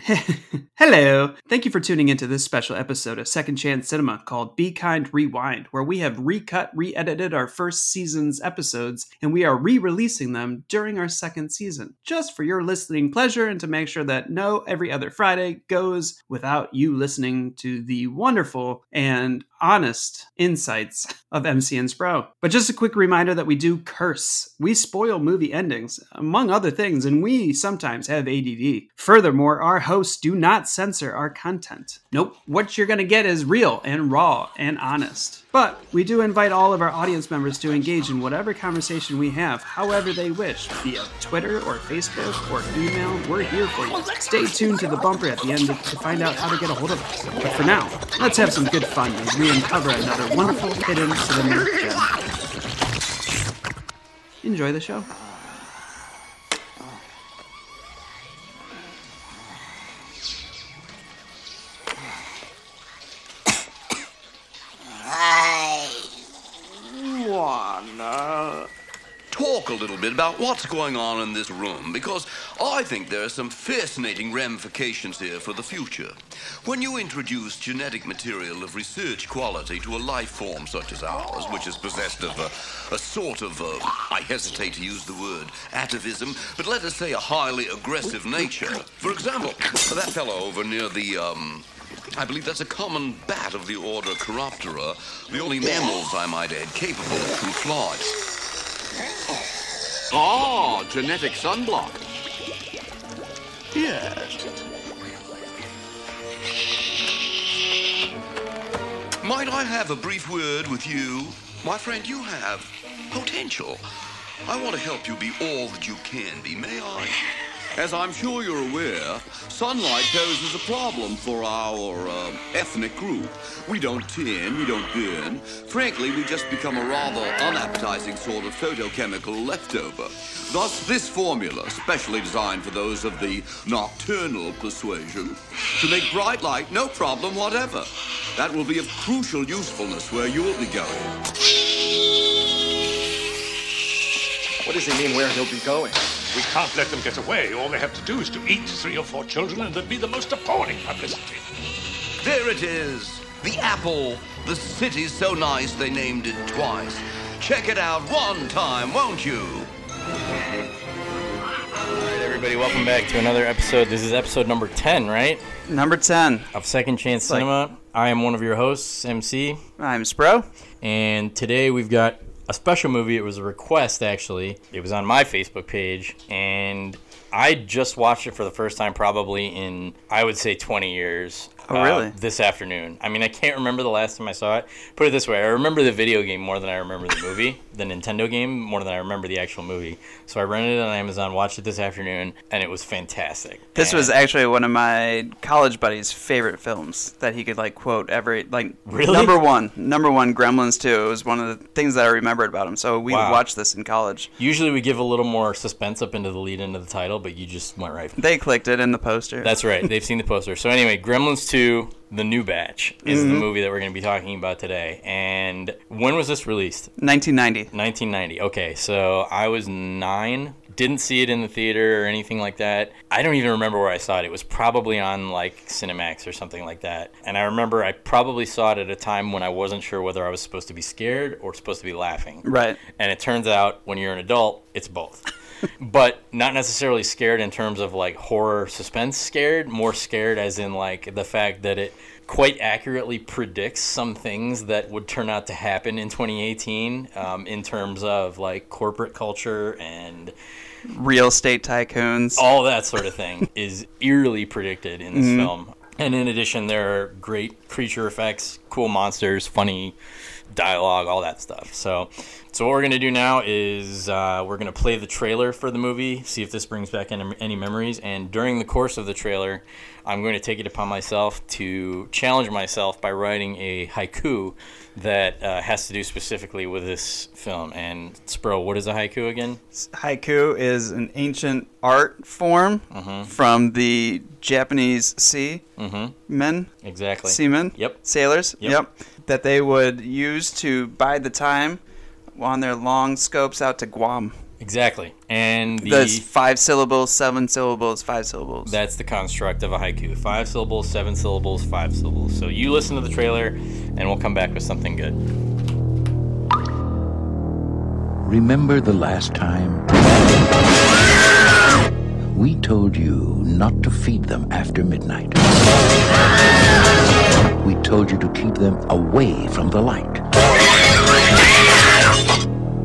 Hello. Thank you for tuning into this special episode of Second Chance Cinema called Be Kind Rewind, where we have recut, re edited our first season's episodes and we are re releasing them during our second season, just for your listening pleasure and to make sure that no every other Friday goes without you listening to the wonderful and honest insights of MCN's Bro. But just a quick reminder that we do curse. We spoil movie endings, among other things, and we sometimes have ADD. Furthermore, our hosts do not censor our content. Nope, what you're going to get is real and raw and honest. But we do invite all of our audience members to engage in whatever conversation we have, however they wish, via Twitter or Facebook or email. We're here for you. Stay tuned to the bumper at the end to find out how to get a hold of us. But for now, let's have some good fun as we uncover another wonderful hidden cinema gem. Enjoy the show. I wanna. talk a little bit about what's going on in this room because I think there are some fascinating ramifications here for the future. When you introduce genetic material of research quality to a life form such as ours, which is possessed of a, a sort of, uh, I hesitate to use the word, atavism, but let us say a highly aggressive nature. For example, that fellow over near the, um, I believe that's a common bat of the order Chiroptera, the only mammals, I might add, capable of true flight. Ah, genetic sunblock. Yes. Might I have a brief word with you? My friend, you have potential. I want to help you be all that you can be, may I? As I'm sure you're aware, sunlight poses a problem for our uh, ethnic group. We don't tan, we don't burn. Frankly, we just become a rather unappetizing sort of photochemical leftover. Thus, this formula, specially designed for those of the nocturnal persuasion, to make bright light no problem whatever. That will be of crucial usefulness where you'll be going. What does he mean where he'll be going? We can't let them get away. All they have to do is to eat three or four children, and there'd be the most appalling publicity. There it is. The apple. The city's so nice they named it twice. Check it out one time, won't you? Everybody, welcome back to another episode. This is episode number 10, right? Number 10. Of Second Chance Cinema. I am one of your hosts, MC, I'm Spro. and today we've got a special movie. It was a request, actually. It was on my Facebook page, and I just watched it for the first time probably in, I would say, 20 years. uh, Oh, really? this afternoon. I mean, I can't remember the last time I saw it. Put it this way I remember the video game more than I remember the movie, the Nintendo game more than I remember the actual movie. So I rented it on Amazon, watched it this afternoon, and it was fantastic. This And- was actually one of my college buddies' favorite films that he could like quote every like Really? number one, number one, Gremlins two. It was one of the things that I remembered about him. So we Wow. watched this in college. Usually we give a little more suspense up into the lead into the title, but you just went right. They clicked it in the poster. That's right. They've seen the poster. So anyway, Gremlins 2, The New Batch is the movie that we're going to be talking about today. And when was this released? 1990. 1990. Okay, so I was 9. Didn't see it in the theater or anything like that. I don't even remember where I saw it. It was probably on like Cinemax or something like that. And I remember I probably saw it at a time when I wasn't sure whether I was supposed to be scared or supposed to be laughing. Right. And it turns out when you're an adult, it's both. but not necessarily scared in terms of like horror suspense scared, more scared as in like the fact that it quite accurately predicts some things that would turn out to happen in 2018 um, in terms of like corporate culture and Real estate tycoons. all that sort of thing is eerily predicted in this film. And in addition, there are great creature effects, cool monsters, funny dialogue, all that stuff. So, so what we're gonna do now is uh, we're gonna play the trailer for the movie, see if this brings back any, any memories. And during the course of the trailer, I'm going to take it upon myself to challenge myself by writing a haiku that uh, has to do specifically with this film. And Spro, what is a haiku again? Haiku is an ancient art form Mm-hmm. from the Japanese sea men. Exactly. Seamen. Yep. Sailors. Yep. Mm-hmm. Yep. That they would use to bide the time on their long scopes out to Guam. Exactly. And the, That's five syllables, seven syllables, five syllables. That's the construct of a haiku. Five syllables, seven syllables, five syllables. So you listen to the trailer, and we'll come back with something good. Remember the last time? We told you not to feed them after midnight. We told you to keep them away from the light.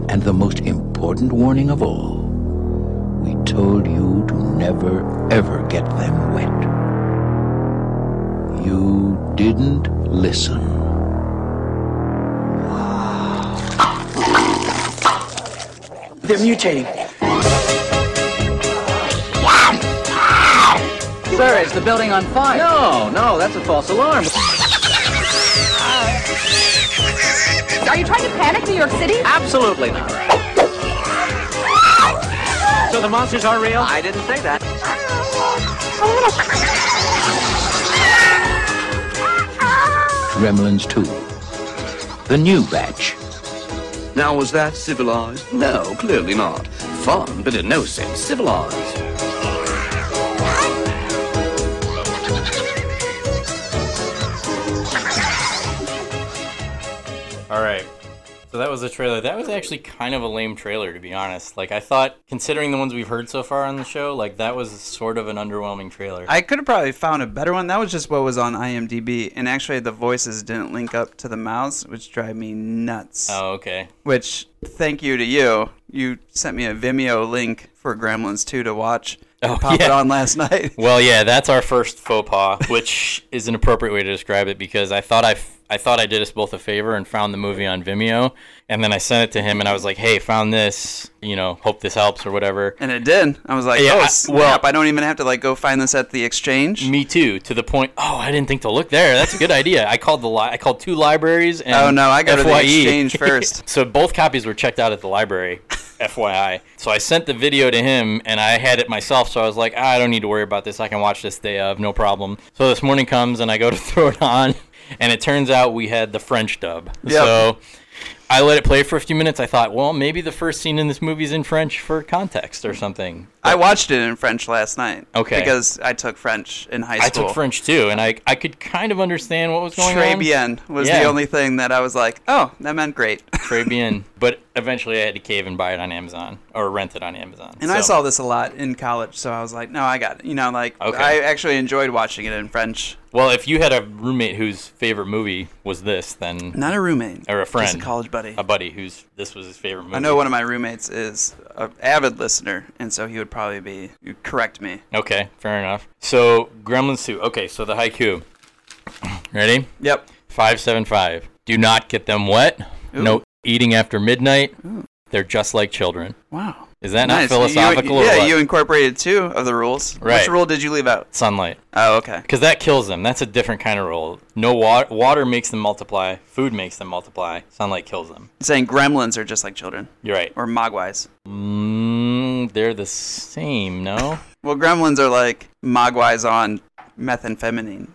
And the most important warning of all, we told you to never, ever get them wet. You didn't listen. They're mutating. Sir, is the building on fire? No, no, that's a false alarm. Are you trying to panic New York City? Absolutely not. So the monsters are real? I didn't say that. Gremlins 2. The new batch. Now, was that civilized? No, clearly not. Fun, but in no sense civilized. All right. So that was the trailer. That was actually kind of a lame trailer, to be honest. Like I thought, considering the ones we've heard so far on the show, like that was sort of an underwhelming trailer. I could have probably found a better one. That was just what was on IMDb, and actually the voices didn't link up to the mouths, which drive me nuts. oh, okay. Which, thank you to you, you sent me a Vimeo link for Gremlins 2 to watch. and Oh, popped it yeah. on last night. Well, yeah, that's our first faux pas, which is an appropriate way to describe it because I thought I, f- I thought I did us both a favor and found the movie on Vimeo, and then I sent it to him and I was like, "Hey, found this. You know, hope this helps or whatever." And it did. I was like, Yeah, oh I- snap! I don't even have to like go find this at the exchange. Me too. To the point. Oh, I didn't think to look there. That's a good idea. I called the li- I called two libraries. And Oh, no, I go to the FYE. exchange first. so both copies were checked out at the library. FYI. So I sent the video to him, and I had it myself. So I was like, "Ah, I don't need to worry about this. I can watch this day of, no problem. So this morning comes, and I go to throw it on, and it turns out we had the French dub. So. I let it play for a few minutes. I thought, well, maybe the first scene in this movie is in French for context or something. I watched it in French last night. Okay. Uh, Because I took French in high I school. took French too, and I I could kind of understand what was going Très on. bien was the Yeah. only thing that I was like, oh, that meant great. Très bien. But eventually, I had to cave and buy it on Amazon or rent it on Amazon. And I saw this a lot in college, so I was like, no, I got it. You know, like, Okay. I actually enjoyed watching it in French. Well, if you had a roommate whose favorite movie was this, then Not a roommate. or a friend, Just a college buddy. a buddy whose this was his favorite movie. I know one of my roommates is an avid listener, and so he would probably be, you'd correct me. Okay, fair enough. So Gremlins two. Okay, so the haiku. Ready? Yep. Five seven five. Do not get them wet. No eating after midnight. They're just like children. Wow. Is that nice. not You- you- philosophical? or yeah, what? you incorporated two of the rules. Which Right. rule did you leave out? sunlight. Oh, okay. because that kills them. That's a different kind of rule. No water. Water makes them multiply. Food makes them multiply. Sunlight kills them. Saying gremlins are just like children You're right. or mogwais. Mm, they're the same. No. Well, gremlins are like mogwais on methamphetamine.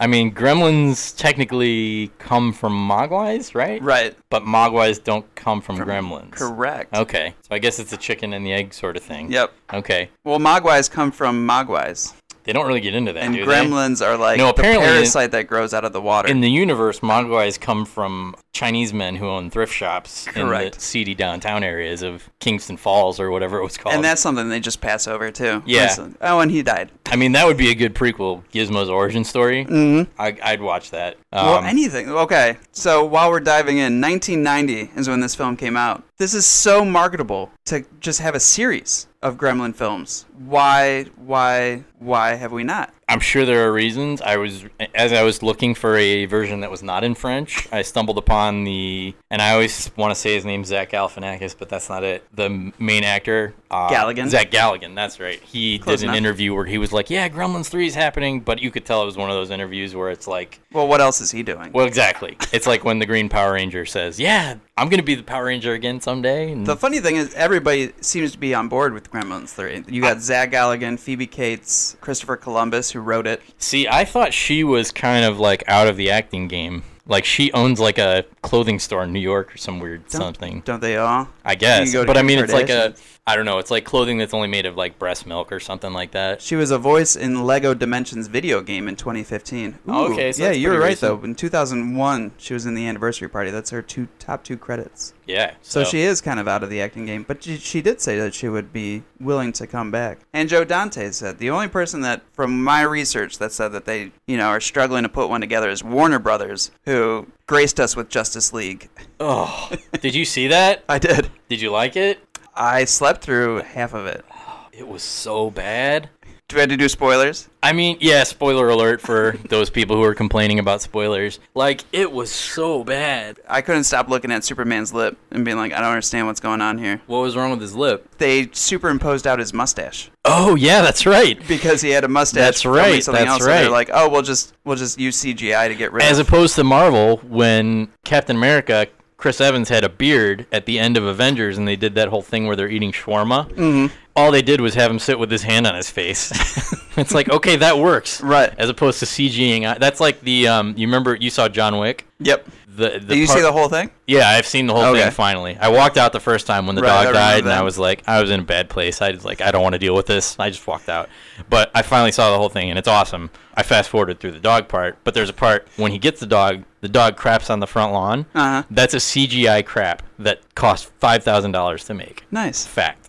I mean, gremlins technically come from mogwais, right? right. But mogwais don't come from gremlins. Correct. Okay. So I guess it's a chicken and the egg sort of thing. Yep. Okay. Well, mogwais come from mogwais, They don't really get into that, and do they? gremlins are like No, the apparently- parasite that grows out of the water. In the universe, Mogwais come from Chinese men who own thrift shops in Correct. the seedy downtown areas of Kingston Falls or whatever it was called. and that's something they just pass over too. Yeah. Listen. Oh, and he died. I mean, that would be a good prequel, Gizmo's origin story. Mm-hmm. I, I'd watch that. Um, well, anything. Okay. So while we're diving in, 1990 is when this film came out. This is so marketable to just have a series of Gremlin films. Why, why, why have we not? I'm sure there are reasons. I was as I was looking for a version that was not in French. I stumbled upon the, and I always want to say his name Zach Galifianakis, but that's not it. The m- main actor, uh, Galligan? Zach Galligan. That's right. He Close did an enough. interview where he was like, "Yeah, Gremlins Three is happening," but you could tell it was one of those interviews where it's like, Well, what else is he doing? "Well, exactly." it's like when the Green Power Ranger says, "Yeah, I'm gonna be the Power Ranger again someday." And The funny thing is, everybody seems to be on board with Gremlins 3. You got Zach Galligan, Phoebe Cates, Christopher Columbus, who wrote it. See, I thought she was kind of like out of the acting game. Like she owns like a clothing store in New York or some weird something. Don't they all? I guess. You go to But I your mean, it's like a Kardashians. I don't know. It's like clothing that's only made of like breast milk or something like that. She was a voice in Lego Dimensions video game in 2015. Oh, okay, so yeah, that's you were pretty right recent. though. In 2001, she was in the anniversary party. That's her two top two credits. Yeah. So she is kind of out of the acting game, but she, she did say that she would be willing to come back. And Joe Dante said the only person that, from my research, that said that they, you know, are struggling to put one together is Warner Brothers, who graced us with Justice League. Oh, did you see that? I did. Did you like it? I slept through half of it. It was so bad. Do we have to do spoilers? I mean, yeah, spoiler alert for those people who are complaining about spoilers. Like, it was so bad. I couldn't stop looking at Superman's lip and being like, I don't understand what's going on here. What was wrong with his lip? They superimposed out his mustache Oh, yeah, that's right. because he had a mustache. That's from, like, right, Something that's else. and they're right. like, oh, we'll just we'll just use CGI to get rid As of. opposed to Marvel, when Captain America, Chris Evans had a beard at the end of Avengers, and they did that whole thing where they're eating shawarma. Mm-hmm. All they did was have him sit with his hand on his face. it's like, okay, that works. Right. As opposed to CGing. out- That's like the, um, you remember, you saw John Wick? yep. The, the Did you part- see the whole thing? Yeah, I've seen the whole Okay. thing finally. I walked out the first time when the Right, I dog remember died, and that. I was like, I was in a bad place. I was like, I don't want to deal with this. I just walked out. But I finally saw the whole thing, and it's awesome. I fast forwarded through the dog part, but there's a part when he gets the dog, the dog craps on the front lawn. Uh-huh. That's a CGI crap that cost $5,000 to make. Nice. Fact.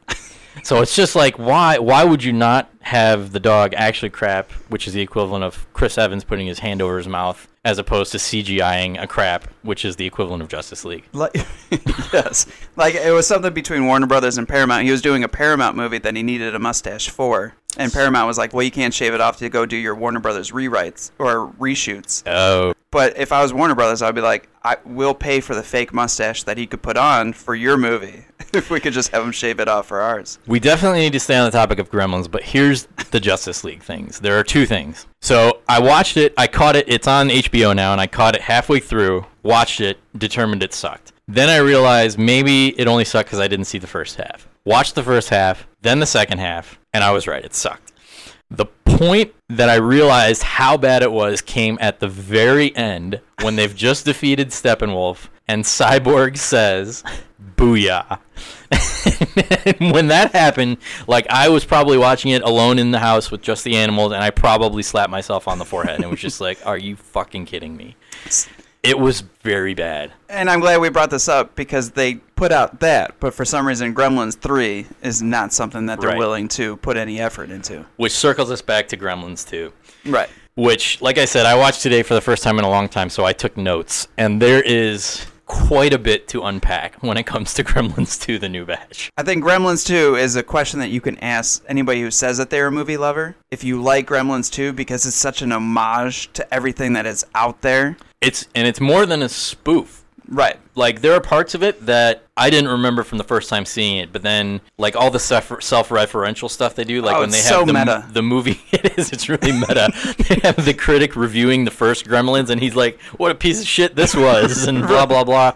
So it's just like why why would you not have the dog actually crap, which is the equivalent of Chris Evans putting his hand over his mouth, as opposed to CGIing a crap, which is the equivalent of Justice League. Like, yes, like it was something between Warner Brothers and Paramount. He was doing a Paramount movie that he needed a mustache for, and Paramount was like, "Well, you can't shave it off to go do your Warner Brothers rewrites or reshoots." Oh, But if I was Warner Brothers, I'd be like, "I will pay for the fake mustache that he could put on for your movie if we could just have him shave it off for ours." we definitely need to stay on the topic of Gremlins, but here's the Justice League things. There are two things. So I watched it, I caught it. It's on HBO now, and I caught it halfway through, watched it, determined it sucked. Then I realized maybe it only sucked because I didn't see the first half. Watched the first half, then the second half, and I was right. It sucked. The point that I realized how bad it was came at the very end when they've just defeated Steppenwolf and Cyborg says, Booyah. and when that happened, like I was probably watching it alone in the house with just the animals, and I probably slapped myself on the forehead and was just like, Are you fucking kidding me? It was very bad. And I'm glad we brought this up because they put out that, but for some reason, Gremlins Three is not something that they're Right. willing to put any effort into. Which circles us back to Gremlins 2. Right. which like i said i watched today for the first time in a long time so i took notes and there is quite a bit to unpack when it comes to gremlins 2 the new batch I think Gremlins 2 is a question that you can ask anybody who says that they're a movie lover if you like Gremlins 2 because it's such an homage to everything that is out there. it's and it's more than a spoof Right. like there are parts of it that i didn't remember from the first time seeing it but then like all the self- self-referential stuff they do like Oh, when they it's have so the, meta. the movie it is it's really meta they have the critic reviewing the first gremlins and he's like what a piece of shit this was and blah blah blah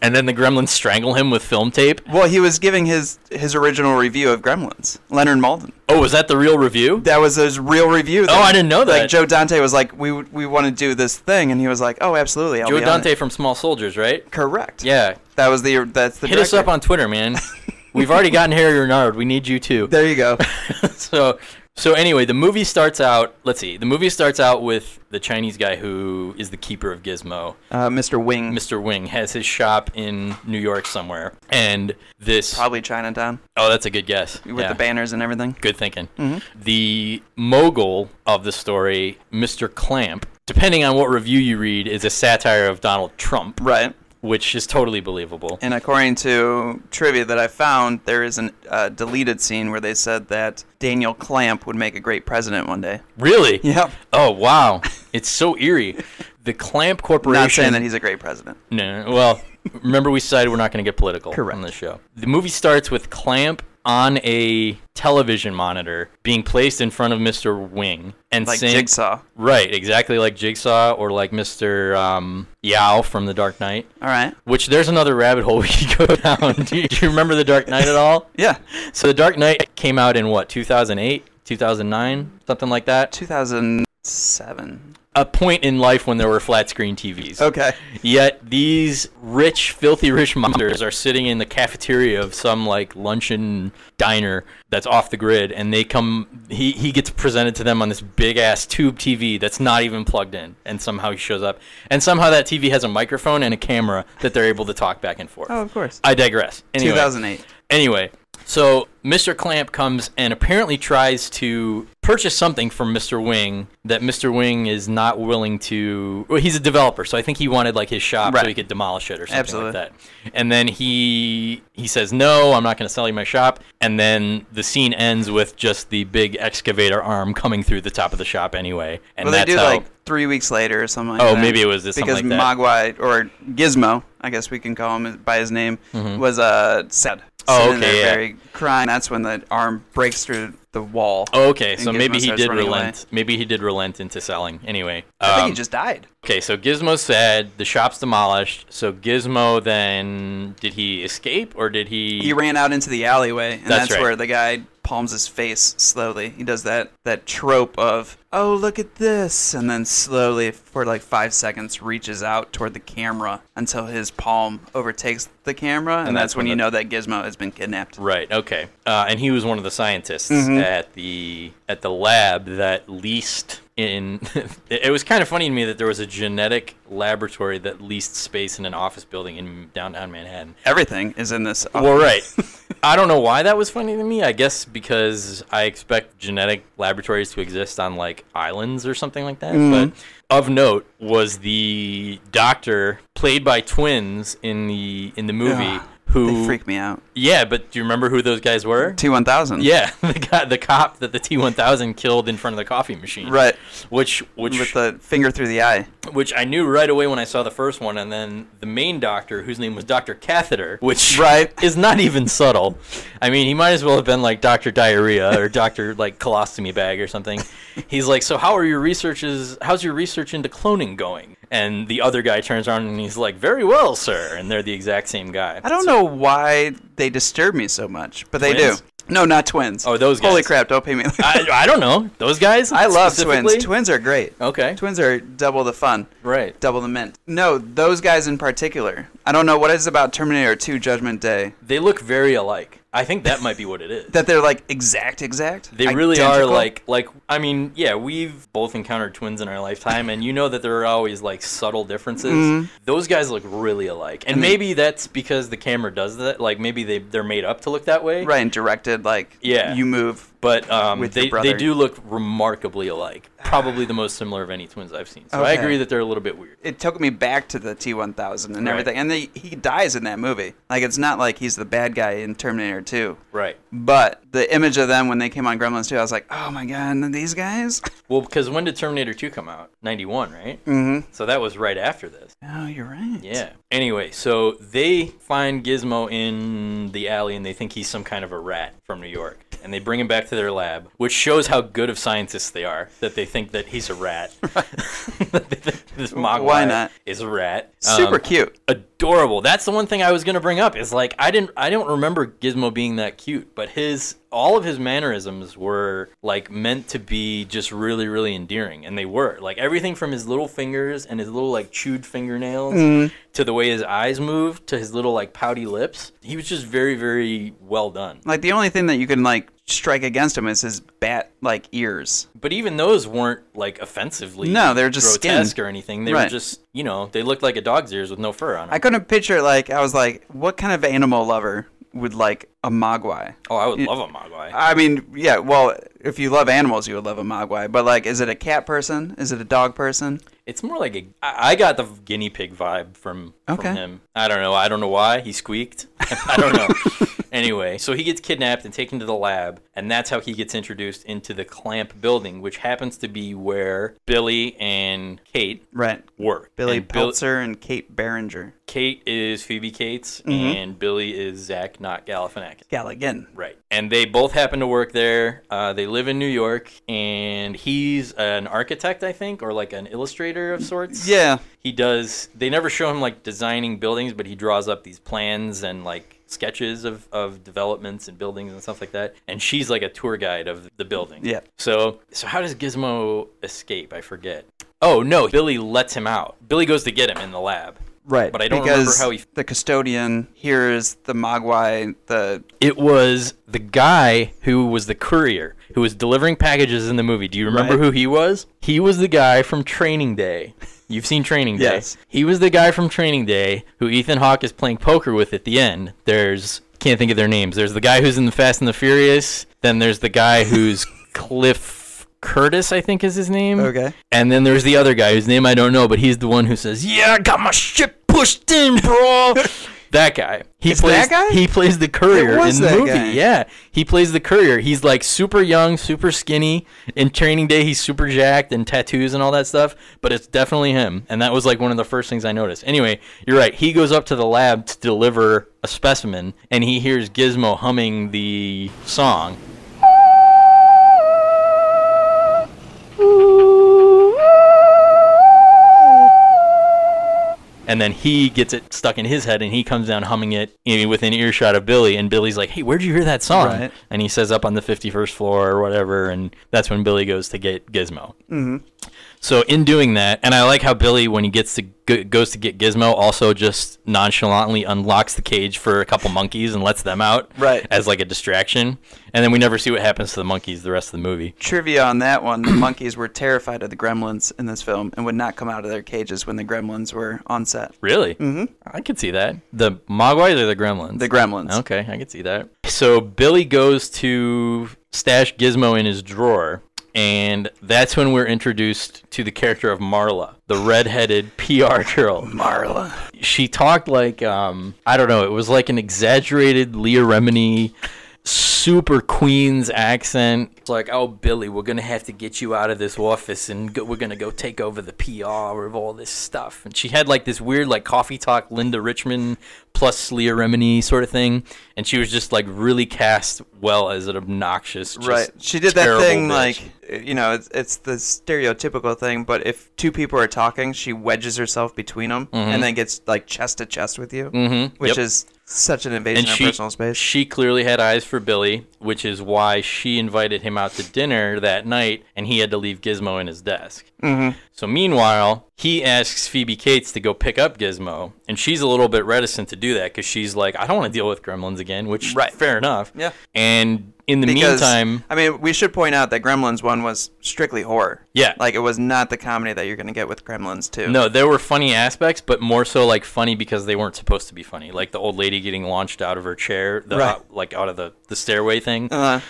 and then the gremlins strangle him with film tape Well, he was giving his his original review of Gremlins, Leonard Malden. oh was that the real review That was his real review. Oh, I didn't know Like that. Joe Dante was like, "We we want to do this thing," and he was like, "Oh, absolutely." I'll Joe be on Dante it." from Small Soldiers, right? Correct. Yeah. That was the that's the Hit us up director. on Twitter, man. We've already gotten Harry Renard. We need you too. There you go. so so anyway, the movie starts out. Let's see. The movie starts out with the Chinese guy who is the keeper of Gizmo. Uh, Mr. Wing, Mr. Wing has his shop in New York somewhere, and this. probably Chinatown oh, that's a good guess. with the Mm-hmm. Yeah. banners and everything. Good thinking. The mogul of the story, Mr. Clamp, depending on what review you read, is a satire of Donald Trump, Right. which is totally believable. And according to trivia that I found, there is a uh, deleted scene where they said that Daniel Clamp would make a great president one day. Really? Yep. Oh wow, it's so eerie. The Clamp Corporation. Not saying that he's a great president. No, no, no. Well, remember we decided we're not going to get political Correct. on this show. The movie starts with Clamp on a television monitor being placed in front of Mr. Wing and Like saying, Jigsaw. Right, exactly like Jigsaw or like Mr. Um, Yao from The Dark Knight. All right. Which there's another rabbit hole we could go down. do, you, do you remember The Dark Knight at all? Yeah. So The Dark Knight came out in what 2008, 2009, something like that. 2007. a point in life when there were flat screen TVs. Okay. Yet these rich, filthy rich monsters are sitting in the cafeteria of some like luncheon diner that's off the grid, and they come. He he gets presented to them on this big ass tube TV that's not even plugged in, and somehow he shows up, and somehow that TV has a microphone and a camera that they're able to talk back and forth. Oh, of course. I digress. Anyway, 2008. Anyway, so Mr. Clamp comes and apparently tries to purchase something from Mr. Wing that Mr. Wing is not willing to. Well, he's a developer, so I think he wanted like his shop so Right. he could demolish it or something Absolutely. like that. And then he he says, "No, I'm not going to sell you my shop." And then the scene ends with just the big excavator arm coming through the top of the shop anyway. And Well, they that's do how, like three weeks later or something. like Oh, that. maybe it was just something because like Mogwai or Gizmo, I guess we can call him by his name, was uh sad. Mm-hmm. Oh, Sitting okay, there yeah. Very crying. That's when the arm breaks through the wall. Oh, okay, and so Gizmo maybe he starts did running away. relent. Maybe he did relent into selling. Anyway, I think um, he just died. Okay, so Gizmo said the shop's demolished. So Gizmo then did he escape or did he? He ran out into the alleyway, and That's that's, right. where the guy palms his face slowly. He does that that trope of "Oh, look at this," and then slowly, for like five seconds, reaches out toward the camera until his palm overtakes the camera, and, that's, that's when when you the- know that Gizmo has been kidnapped. Right. Okay. Uh, and he was one of the scientists at the at the lab that leased in. it was kind of funny to me that there was a genetic laboratory that leased space in an office building in downtown Manhattan. Everything is in this. Well, right. I don't know why that was funny to me. I guess because I expect genetic laboratories to exist on like islands or something like that. Mm-hmm. But of note was the doctor played by twins in the in the movie Ah, They who freak me out. Yeah, but do you remember who those guys were? T one thousand. Yeah, the guy, the cop that the T1000 killed in front of the coffee machine. Right. Which which With the finger through the eye. which I knew right away when I saw the first one, and then the main doctor, whose name was Doctor Catheter, which Right. is not even subtle. I mean, he might as well have been like Doctor Diarrhea or Doctor like Colostomy Bag or something. He's like, so how are your researches? How's your research into cloning going? And the other guy turns around and he's like, very well, sir. And they're the exact same guy. I don't know why they disturb me so much, but they Twins? do. No, not twins. Oh, those Holy guys. crap! Don't pay me. I, I don't know those guys. I love specifically? twins. Twins are great. Okay. Twins are double the fun. Right. Double the mint. No, those guys in particular. I don't know what it is about Terminator 2 Judgment Day They look very alike. I think that might be what it is. that they're like exact, exact. They really are identical. like like I mean, yeah, we've both encountered twins in our lifetime and you know that there are always like subtle differences. Mm-hmm. Those guys look really alike. And maybe that's because the camera does that. Like maybe they they're made up to look that way. right and directed. Like Yeah. you move. But um, With your they, they brother. do look remarkably alike. Probably the most similar of any twins I've seen. So I Okay. agree that they're a little bit weird. It took me back to the T1000 and Right. everything, and they, he dies in that movie. Like it's not like he's the bad guy in Terminator 2. Right. But the image of them when they came on Gremlins 2, I was like, oh my god, these guys? Well, because when did Terminator 2 come out? 91, right? Mm-hmm. So that was right after this. Oh, you're right. Yeah. Anyway, so they find Gizmo in the alley and they think he's some kind of a rat from New York. And they bring him back to their lab, which shows how good of scientists they are that they think that he's a rat. That they think this Mogwai Why not? is a rat. Super Um, cute. Adorable. That's the one thing I was gonna bring up. Is like I didn't I don't remember Gizmo being that cute, but his all of his mannerisms were like meant to be just really, really endearing. And they were. Like everything from his little fingers and his little like chewed fingernails Mm-hmm. to the way his eyes moved to his little like pouty lips. He was just very, very well done. Like the only thing that you can like strike against him is his bat like ears. But even those weren't like offensively No, they were just skin. grotesque or anything. They were Right. just you know, they looked like a dog's ears with no fur on them. I couldn't picture like I was like, what kind of animal lover would like a mogwai? oh, I would love a Mogwai. I mean, yeah, well, if you love animals, you would love a mogwai. But like, is it a cat person? Is it a dog person? It's more like a. I I got the guinea pig vibe from, Okay. from him. I don't know. I don't know why he squeaked. I don't know. anyway, so he gets kidnapped and taken to the lab, and that's how he gets introduced into the Clamp building, which happens to be where Billy and Kate Right. work. Billy and Bill- Peltzer and Kate Berenger. Kate is Phoebe Cates, Mm-hmm. and Billy is Zach, not Galifianakis. Galligan. Right. And they both happen to work there. Uh, they live in New York, and he's an architect, I think, or like an illustrator of sorts. Yeah. He does, they never show him like designing buildings, but he draws up these plans and like sketches of, of developments and buildings and stuff like that. And she's like a tour guide of the building. Yeah. So, so how does Gizmo escape? I forget. Oh no, Billy lets him out. Billy goes to get him in the lab. Right. But I don't because remember how he. the custodian hears the Mogwai, the It was the guy who was the courier who was delivering packages in the movie. Do you remember Right. who he was? He was the guy from Training Day. You've seen Training Day. Yes. He was the guy from Training Day who Ethan Hawke is playing poker with at the end. There's can't think of their names. There's the guy who's in the Fast and the Furious. Then there's the guy who's Cliff Curtis, I think is his name. Okay. And then there's the other guy whose name I don't know, but he's the one who says, "Yeah, I got my shit pushed in, bro." that guy. He It's that plays. guy? He plays the courier It was in the that movie. guy. Yeah, he plays the courier. He's like super young, super skinny. In Training Day, he's super jacked and tattoos and all that stuff. But it's definitely him, and that was like one of the first things I noticed. Anyway, you're right. He goes up to the lab to deliver a specimen, and he hears Gizmo humming the song. And then he gets it stuck in his head, and he comes down humming it you know, within earshot of Billy. And Billy's like, "Hey, where'd you hear that song?" Right. And he says, "Up on the fifty-first floor or whatever." And that's when Billy goes to get Gizmo. Mm-hmm. So in doing that, and I like how Billy, when he gets to go, goes to get Gizmo, also just nonchalantly unlocks the cage for a couple monkeys and lets them out, Right. as like a distraction. And then we never see what happens to the monkeys the rest of the movie. trivia on that one. The monkeys were terrified of the gremlins in this film and would not come out of their cages when the gremlins were on set. Really? Mm-hmm. I could see that. The Mogwais or the Gremlins? The gremlins. Okay, I can see that. So Billy goes to stash Gizmo in his drawer, and that's when we're introduced to the character of Marla, the redheaded PR girl. Marla. She talked like um, I don't know. It was like an exaggerated Leah Remini. Super Queens accent. It's like, oh, Billy, we're going to have to get you out of this office and go, we're going to go take over the PR of all this stuff. And she had like this weird, like, coffee talk Linda Richmond plus Leah Remini sort of thing. And she was just like really cast well as an obnoxious, just Right. She did that terrible thing bitch. like you know, it's, it's the stereotypical thing, but if two people are talking, she wedges herself between them and then gets like chest to chest with you, mm-hmm. which Mm-hmm. Yep. is such an invasion and of she, personal space. she clearly had eyes for Billy, which is why she invited him out to dinner that night, and he had to leave Gizmo in his desk. Mm-hmm. So meanwhile, he asks Phoebe Cates to go pick up Gizmo, and she's a little bit reticent to do that because she's like, "I don't want to deal with gremlins again," which Right. fair enough. Yeah. And in the because, meantime, I mean, we should point out that Gremlins one was strictly horror. Yeah. like it was not the comedy that you're going to get with Gremlins two. No, there were funny aspects, but more so like funny because they weren't supposed to be funny. Like the old lady getting launched out of her chair, the, uh, Right. like out of the, the stairway thing. Uh-huh.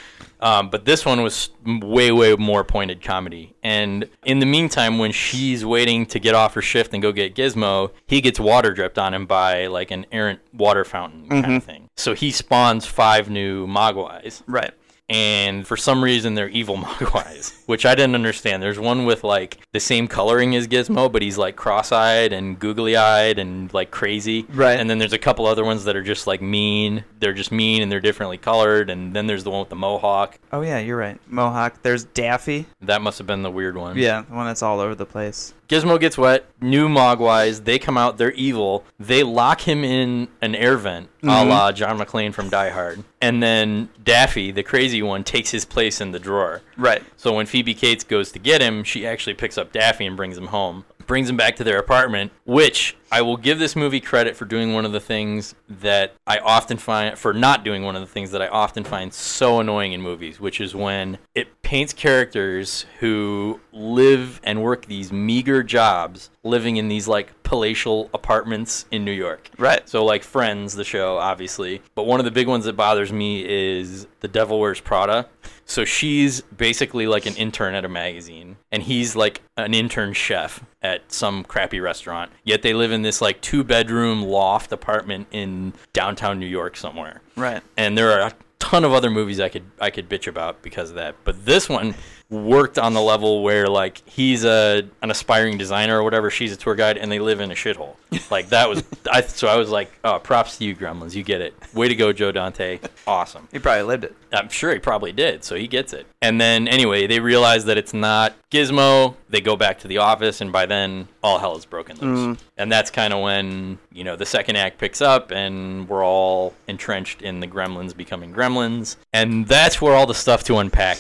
Um, but this one was way, way more pointed comedy. And in the meantime, when she's waiting to get off her shift and go get Gizmo, he gets water dripped on him by like an errant water fountain Mm-hmm. kind of thing. So he spawns five new Mogwais right. and for some reason they're evil Mogwais, which I didn't understand. There's one with like the same coloring as Gizmo, but he's like cross-eyed and googly-eyed and like crazy. Right. And then there's a couple other ones that are just like mean. They're just mean and they're differently colored. And then there's the one with the mohawk. Oh yeah, you're right. Mohawk. There's Daffy. That must have been the weird one. Yeah, the one that's all over the place. Gizmo gets wet. New Mogwais. They come out. They're evil. They lock him in an air vent, Mm-hmm. a la John McClane from Die Hard. And then Daffy, the crazy one, takes his place in the drawer. Right. So when Phoebe Cates goes to get him, she actually picks up Daffy and brings him home, brings him back to their apartment, which I will give this movie credit for doing one of the things that I often find, for not doing one of the things that I often find so annoying in movies, which is when it paints characters who live and work these meager jobs living in these like palatial apartments in New York. Right. So like Friends, the show, obviously. But one of the big ones that bothers me is The Devil Wears Prada. So she's basically like an intern at a magazine, and he's like an intern chef at some crappy restaurant. Yet they live in this like two bedroom loft apartment in downtown New York somewhere. Right. And there are a ton of other movies I could I could bitch about because of that. But this one worked on the level where like he's a an aspiring designer or whatever, she's a tour guide, and they live in a shithole. Like that was I so I was like, oh, props to you, Gremlins, you get it. Way to go, Joe Dante. Awesome. He probably lived it. I'm sure he probably did, so he gets it. And then anyway, they realize that it's not Gizmo. They go back to the office, and by then all hell is broken loose. And that's kind of when you know the second act picks up, and we're all entrenched in the Gremlins becoming Gremlins, and that's where all the stuff to unpack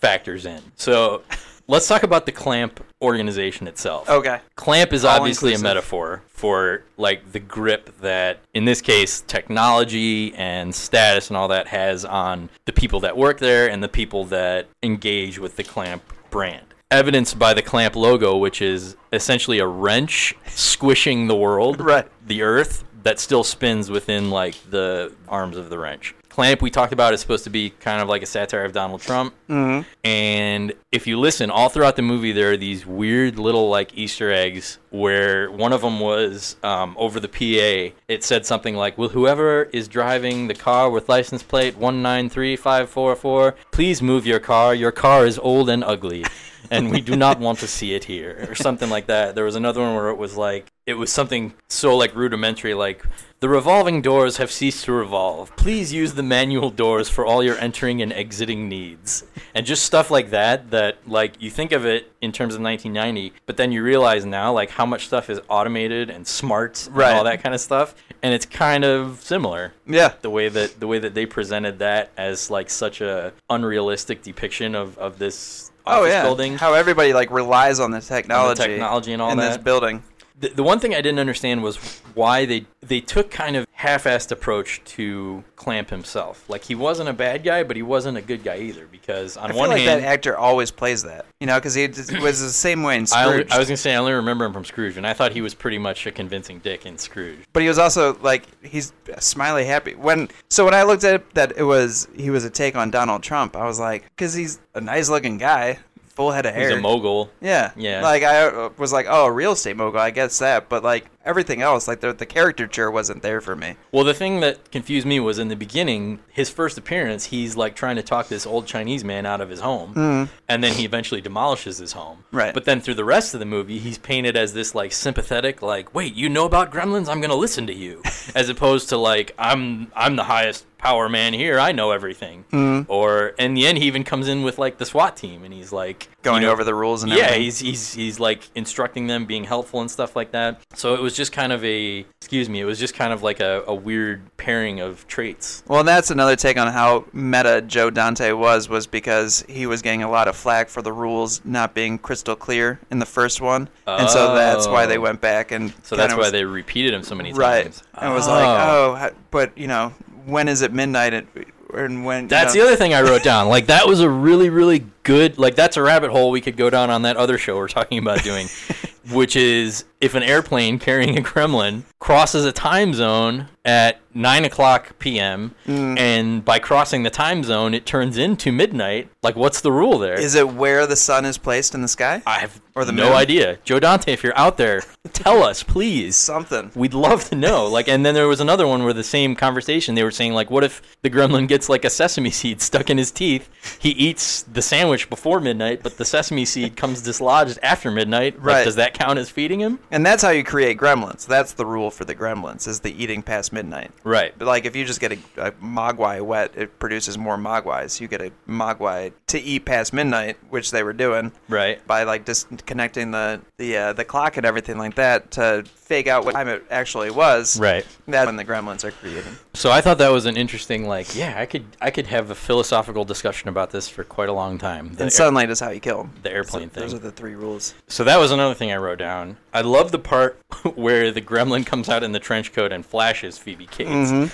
factors in. So let's talk about the clamp organization itself. Okay. Clamp is obviously a inclusive. metaphor for like the grip that, in this case, technology and status and all that has on the people that work there and the people that engage with the Clamp brand. Evidenced by the Clamp logo, which is essentially a wrench squishing the world, Right. the earth, that still spins within like the arms of the wrench. Clamp, we talked about, is supposed to be kind of like a satire of Donald Trump. Mm-hmm. And if you listen, all throughout the movie, there are these weird little like Easter eggs where one of them was um, over the PA. It said something like, "Will whoever is driving the car with license plate one nine three five four four, please move your car. Your car is old and ugly." and we do not want to see it here or something like that there was another one where it was like it was something so like rudimentary like the revolving doors have ceased to revolve please use the manual doors for all your entering and exiting needs and just stuff like that that like you think of it in terms of 1990 but then you realize now like how much stuff is automated and smart Right. and all that kind of stuff and it's kind of similar Yeah. the way that the way that they presented that as like such a unrealistic depiction of of this Oh office yeah. building How everybody like relies on the technology, technology and all in this that. building. the, the one thing I didn't understand was why they they took kind of half-assed approach to Clamp himself. Like he wasn't a bad guy, but he wasn't a good guy either. Because on I feel one like hand, that actor always plays that, you know, because he d- was the same way in I, only- Scrooge. I was gonna say I only remember him from Scrooge, and I thought he was pretty much a convincing dick in Scrooge. but he was also like he's smiley happy when so when i looked at it, that it was he was a take on donald trump i was like because he's a nice looking guy full head of hair He's a mogul. yeah Yeah. like i uh, was like oh a real estate mogul i guess that but like everything else like the, the caricature wasn't there for me Well, the thing that confused me was in the beginning, his first appearance, he's like trying to talk this old Chinese man out of his home, and then he eventually demolishes his home. Mm-hmm. Right. But then through the rest of the movie, he's painted as this like sympathetic, like, wait, you know about gremlins? I'm gonna listen to you, as opposed to like, I'm I'm the highest power man here. I know everything. Mm-hmm. Or in the end, he even comes in with like the SWAT team, and he's like going you know, over the rules and yeah, everything. he's he's he's like instructing them, being helpful and stuff like that. So it was just kind of a excuse me, it was just kind of like a, a weird pairing of traits. well, that's another take on how meta Joe Dante was, was because he was getting a lot of flack for the rules not being crystal clear in the first one, and so that's why they Oh. went back and So that's kinda why was- they repeated him so many right. times. I was like, oh, ha- but you know, when is it midnight? At, and when you That's know- the other thing I wrote down. Like that was a really, really good. Like that's a rabbit hole we could go down on that other show we're talking about doing, which is if an airplane carrying a gremlin crosses a time zone at nine o'clock p.m. Mm. and by crossing the time zone it turns into midnight. Like what's the rule there? Is it where the sun is placed in the sky? I have Or the no moon? idea. Joe Dante, if you're out there, tell us, please. Something. We'd love to know. Like, and then there was another one where the same conversation. They were saying like, what if the gremlin gets like a sesame seed stuck in his teeth? He eats the sandwich before midnight, but the sesame seed comes dislodged after midnight. Like, Right. Does that count as feeding him? And that's how you create gremlins. That's the rule for the gremlins: is the eating past midnight. Right. But like, if you just get a, a mogwai wet, it produces more mogwais. You get a mogwai to eat past midnight, which they were doing. Right. By like disconnecting the the uh, the clock and everything like that to fake out what time it actually was. Right. That's when the gremlins are created. So I thought that was an interesting. Like, yeah, I could I could have a philosophical discussion about this for quite a long time. The And air- sunlight is how you kill them. the airplane thing. Those are the three rules. So that was another thing I wrote down. I love the part where the gremlin comes out in the trench coat and flashes Phoebe Cates. Mm-hmm.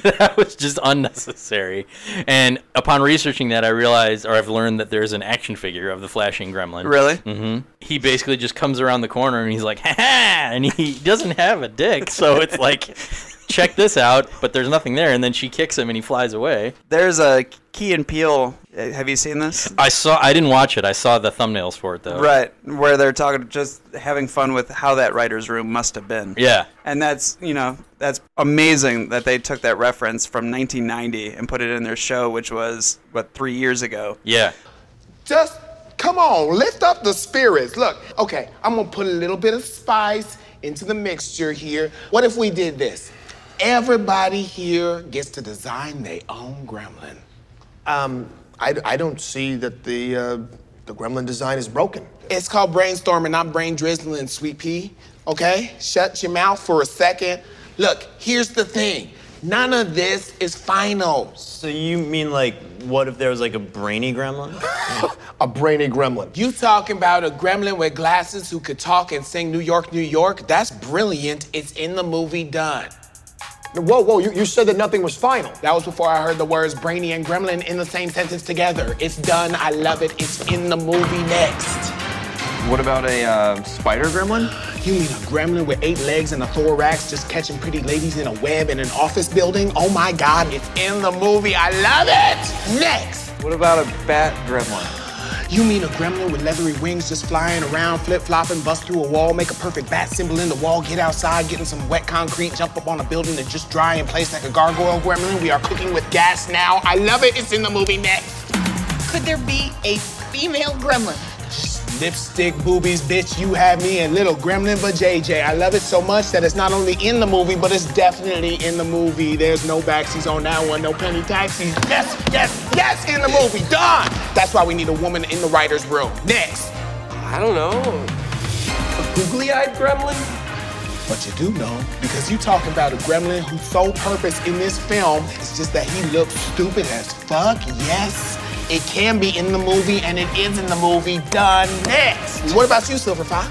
Like that was just unnecessary. And upon researching that, I realized, or I've learned that there's an action figure of the flashing gremlin. Mm-hmm. Really? He basically just comes around the corner and he's like, "Ha ha!" and he doesn't have a dick, so it's like, check this out. But there's nothing there, and then she kicks him and he flies away. There's a Key and Peele. uh, Have you seen this? I saw. I didn't watch it. I saw the thumbnails for it though. Right, where they're talking, just having fun with how that writer's room must have been. Yeah. And that's, you know, that's amazing that they took that reference from 1990 and put it in their show, which was, what, three years ago. Yeah. Just come on, lift up the spirits. Look, okay, I'm gonna put a little bit of spice into the mixture here. What if we did this? Everybody here gets to design their own gremlin. Um, I, I don't see that the uh, the gremlin design is broken. It's called brainstorming, not brain drizzling, sweet pea. Okay? Shut your mouth for a second. Look, here's the thing None of this is final. So you mean like, what if there was like a brainy gremlin? a brainy gremlin. You talking about a gremlin with glasses who could talk and sing New York, New York? That's brilliant. It's in the movie done. Whoa, whoa, you, you said that nothing was final. That was before I heard the words brainy and gremlin in the same sentence together. It's done. I love it. It's in the movie next. What about a uh, spider gremlin? You mean a gremlin with eight legs and a thorax just catching pretty ladies in a web in an office building? Oh my god, it's in the movie. I love it! Next! What about a bat gremlin? You mean a gremlin with leathery wings just flying around, flip flopping, bust through a wall, make a perfect bat symbol in the wall, get outside, get in some wet concrete, jump up on a building and just dry in place like a gargoyle gremlin? We are cooking with gas now. I love it. It's in the movie next. Could there be a female gremlin? Lipstick, boobies, bitch, you have me and little gremlin, but JJ. I love it so much that it's not only in the movie, but it's definitely in the movie. There's no backseats on that one, no penny taxis. Yes, yes, yes, in the movie, done! That's why we need a woman in the writer's room. Next! I don't know. A googly eyed gremlin? But you do know, because you talking about a gremlin whose sole purpose in this film is just that he looks stupid as fuck, yes? It can be in the movie, and it is in the movie. Done. Next. What about you, Silver Fox?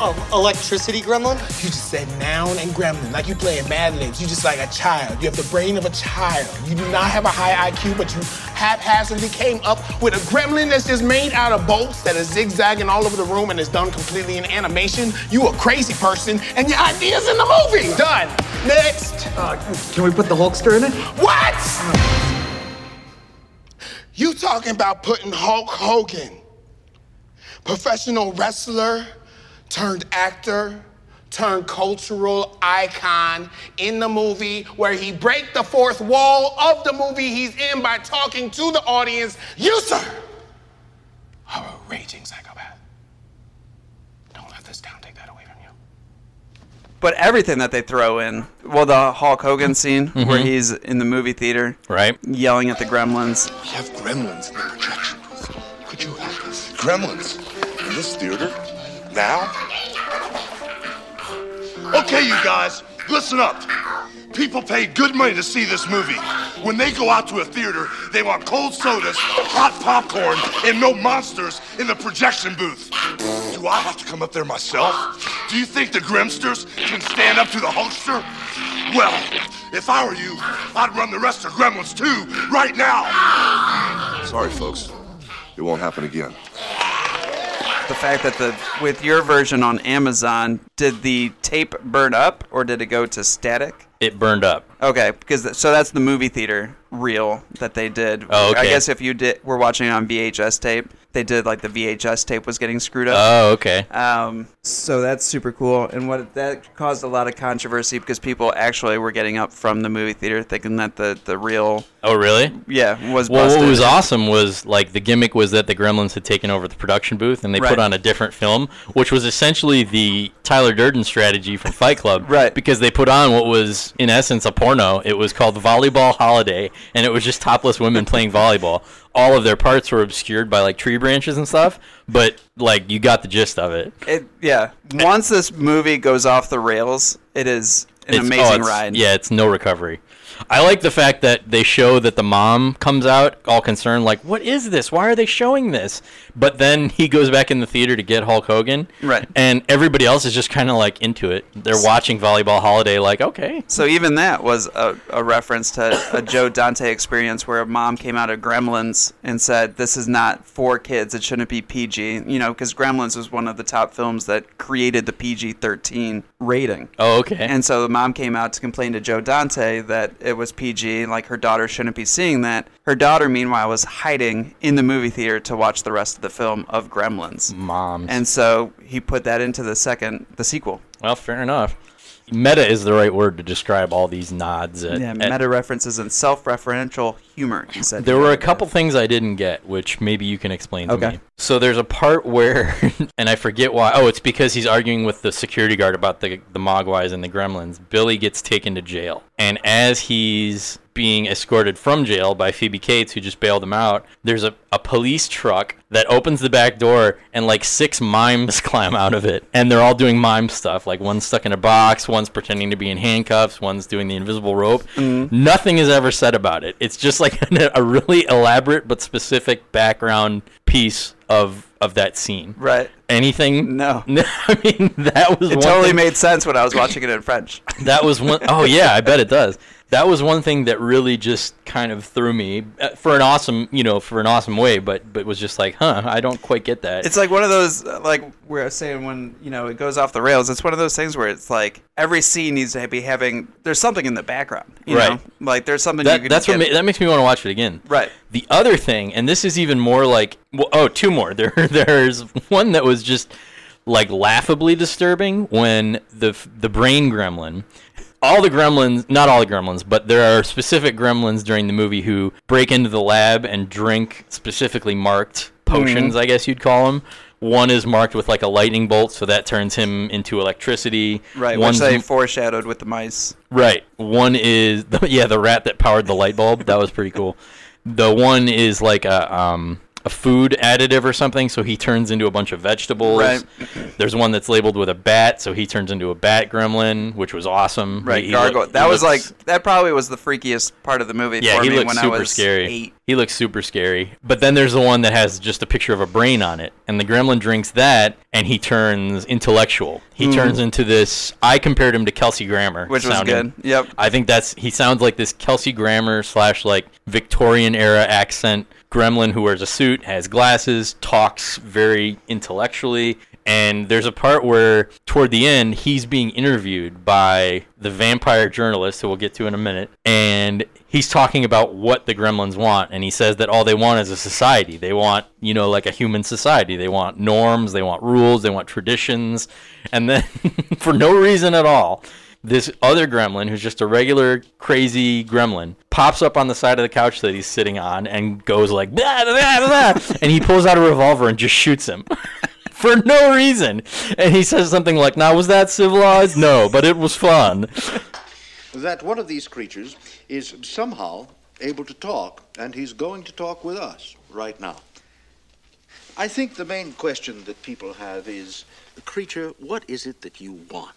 Oh, electricity gremlin? You just said noun and gremlin, like you playing Mad Libs. You just like a child. You have the brain of a child. You do not have a high IQ, but you haphazardly came up with a gremlin that's just made out of bolts that is zigzagging all over the room and is done completely in animation. You a crazy person, and your idea's in the movie. Done. Next. Uh, can we put the Hulkster in it? What? Uh. You talking about putting Hulk Hogan, professional wrestler turned actor turned cultural icon in the movie where he break the fourth wall of the movie he's in by talking to the audience. You, sir, are a raging psychopath. Don't let this town take that away from you. But everything that they throw in, well, the Hulk Hogan scene mm-hmm. where he's in the movie theater, right, yelling at the gremlins. We have gremlins in the projection room. Could you help us? Gremlins in this theater now? Okay, you guys, listen up. People pay good money to see this movie. When they go out to a theater, they want cold sodas, hot popcorn, and no monsters in the projection booth. Do I have to come up there myself? Do you think the Grimsters can stand up to the Hulkster? Well, if I were you, I'd run the rest of Gremlins too, right now. Sorry, folks. It won't happen again the fact that the with your version on Amazon, did the tape burn up or did it go to static? It burned up. Okay, because th- so that's the movie theater reel that they did. Oh, okay. I guess if you did were watching on VHS tape, they did like the VHS tape was getting screwed up. Oh, okay. Um, so that's super cool, and what that caused a lot of controversy because people actually were getting up from the movie theater thinking that the the real. Oh, really? Yeah, was. Well, busted. what was awesome was like the gimmick was that the Gremlins had taken over the production booth and they right. put on a different film, which was essentially the Tyler Durden strategy from Fight Club. right. Because they put on what was in essence a porno. It was called Volleyball Holiday, and it was just topless women playing volleyball all of their parts were obscured by like tree branches and stuff, but like you got the gist of it. It yeah. Once this movie goes off the rails, it is an it's, amazing oh, ride. Yeah, it's no recovery. I like the fact that they show that the mom comes out all concerned, like, "What is this? Why are they showing this?" But then he goes back in the theater to get Hulk Hogan, right? And everybody else is just kind of like into it. They're watching Volleyball Holiday, like, okay. So even that was a, a reference to a Joe Dante experience where a mom came out of Gremlins and said, "This is not for kids. It shouldn't be PG." You know, because Gremlins was one of the top films that created the PG-13 rating. Oh, okay. And so the mom came out to complain to Joe Dante that it was PG, like her daughter shouldn't be seeing that. Her daughter, meanwhile, was hiding in the movie theater to watch the rest of the film of Gremlins. Mom. And so he put that into the second, the sequel. Well, fair enough. Meta is the right word to describe all these nods. At, yeah, meta at, references and self-referential humor. He said there were a couple that. things I didn't get, which maybe you can explain to okay. me. So there's a part where, and I forget why. Oh, it's because he's arguing with the security guard about the the Mogwais and the Gremlins. Billy gets taken to jail, and as he's being escorted from jail by Phoebe Cates, who just bailed him out, there's a, a police truck that opens the back door and like six mimes climb out of it. And they're all doing mime stuff. Like one's stuck in a box, one's pretending to be in handcuffs, one's doing the invisible rope. Mm-hmm. Nothing is ever said about it. It's just like a really elaborate but specific background piece of of that scene. Right. Anything? No. I mean, that was It one totally thing- made sense when I was watching it in French. that was one oh yeah, I bet it does. That was one thing that really just kind of threw me uh, for an awesome, you know, for an awesome way, but but was just like, huh, I don't quite get that. It's like one of those, uh, like we were saying when you know it goes off the rails. It's one of those things where it's like every scene needs to be having. There's something in the background, you Right. Know? Like there's something. you that, can that's what get- ma- that makes me want to watch it again. Right. The other thing, and this is even more like well, oh, two more. There, there's one that was just like laughably disturbing when the f- the brain gremlin. All the gremlins, not all the gremlins, but there are specific gremlins during the movie who break into the lab and drink specifically marked potions, Mhm. I guess you'd call them. One is marked with like a lightning bolt, so that turns him into electricity. Right, One's which they m- foreshadowed with the mice. Right. One is yeah, the rat that powered the light bulb. That was pretty cool. The one is like a um a food additive or something, so he turns into a bunch of vegetables. Right. There's one that's labeled with a bat, so he turns into a bat gremlin, which was awesome. Right, He- he gargoyle. looked- that he was looks- like that probably was the freakiest part of the movie yeah, for he me looks when I super was scary. eight. He looks super scary. But then there's the one that has just a picture of a brain on it, and the gremlin drinks that, and he turns intellectual. He Mhm. turns into this. I compared him to Kelsey Grammer, Which was sounding- good. Yep. I think that's he sounds like this Kelsey Grammer slash like Victorian era accent gremlin who wears a suit, has glasses, talks very intellectually. And there's a part where toward the end he's being interviewed by the vampire journalist who we'll get to in a minute, and he's talking about what the gremlins want, and he says that all they want is a society. They want, you know, like a human society. They want norms, they want rules, they want traditions. And then for no reason at all, this other gremlin who's just a regular crazy gremlin pops up on the side of the couch that he's sitting on and goes like "Blah, blah, blah," and he pulls out a revolver and just shoots him for no reason and he says something like now was that civilized no but it was fun that one of these creatures is somehow able to talk, and he's going to talk with us right now. I think the main question that people have is creature, what is it that you want?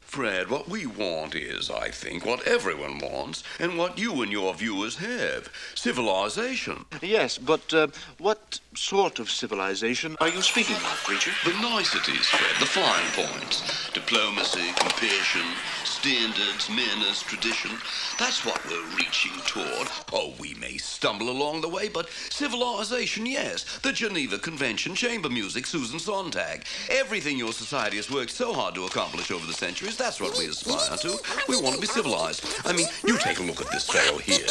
Fred, what we want is, I think, what everyone wants, and what you and your viewers have civilization. Yes, but uh, what sort of civilization are you speaking of, creature? The niceties, Fred, the fine points diplomacy, compassion, standards, manners, tradition. That's what we're reaching toward. Oh, we may stumble along the way, but civilization, yes. The Geneva Convention, chamber music, Susan Sontag. Everything your society has worked so hard to accomplish over the centuries, that's what we aspire to. We want to be civilized. I mean, you take a look at this fellow here.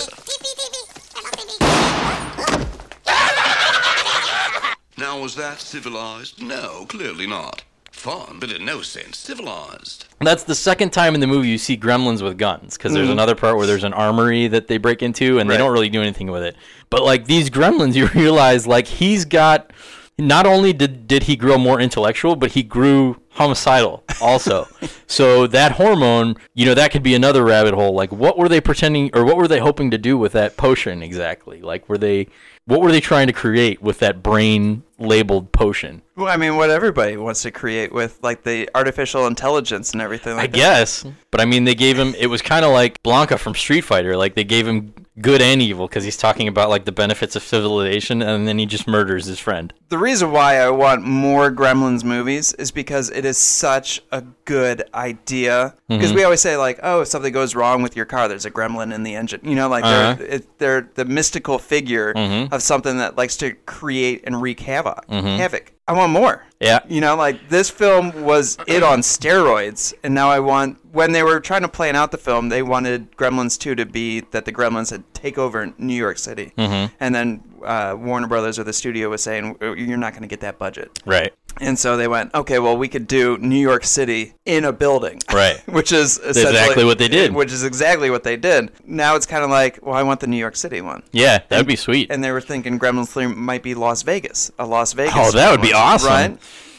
Now, was that civilized? No, clearly not. Fun, but in no sense civilized. That's the second time in the movie you see gremlins with guns because there's Mhm. another part where there's an armory that they break into and Right. they don't really do anything with it. But like these gremlins, you realize like he's got not only did, did he grow more intellectual, but he grew homicidal also. so that hormone, you know, that could be another rabbit hole. Like what were they pretending or what were they hoping to do with that potion exactly? Like were they what were they trying to create with that brain labeled potion? Well, I mean, what everybody wants to create with like the artificial intelligence and everything. Like I that. guess, but I mean, they gave him. It was kind of like Blanca from Street Fighter. Like they gave him good and evil because he's talking about like the benefits of civilization, and then he just murders his friend. the reason why I want more Gremlins movies is because it is such a good idea. Because Mhm. we always say like, oh, if something goes wrong with your car, there's a Gremlin in the engine. You know, like Uh-huh. they're it, they're the mystical figure Mhm. of something that likes to create and wreak havoc. Mhm. Havoc. I want more. Yeah. You know, like this film was it on steroids, and now I want when they were trying to plan out the film, they wanted Gremlins 2 to be that the Gremlins had take over New York City. Mhm. And then uh, Warner Brothers or the studio was saying, you're not going to get that budget. Right. And so they went, okay, well, we could do New York City in a building. Right. Which is That's essentially- exactly what they did. Which is exactly what they did. Now it's kind of like, well, I want the New York City one. Yeah, that'd be sweet. And they were thinking Gremlins 3 might be Las Vegas, a Las Vegas. Oh, that would be one, awesome. Right?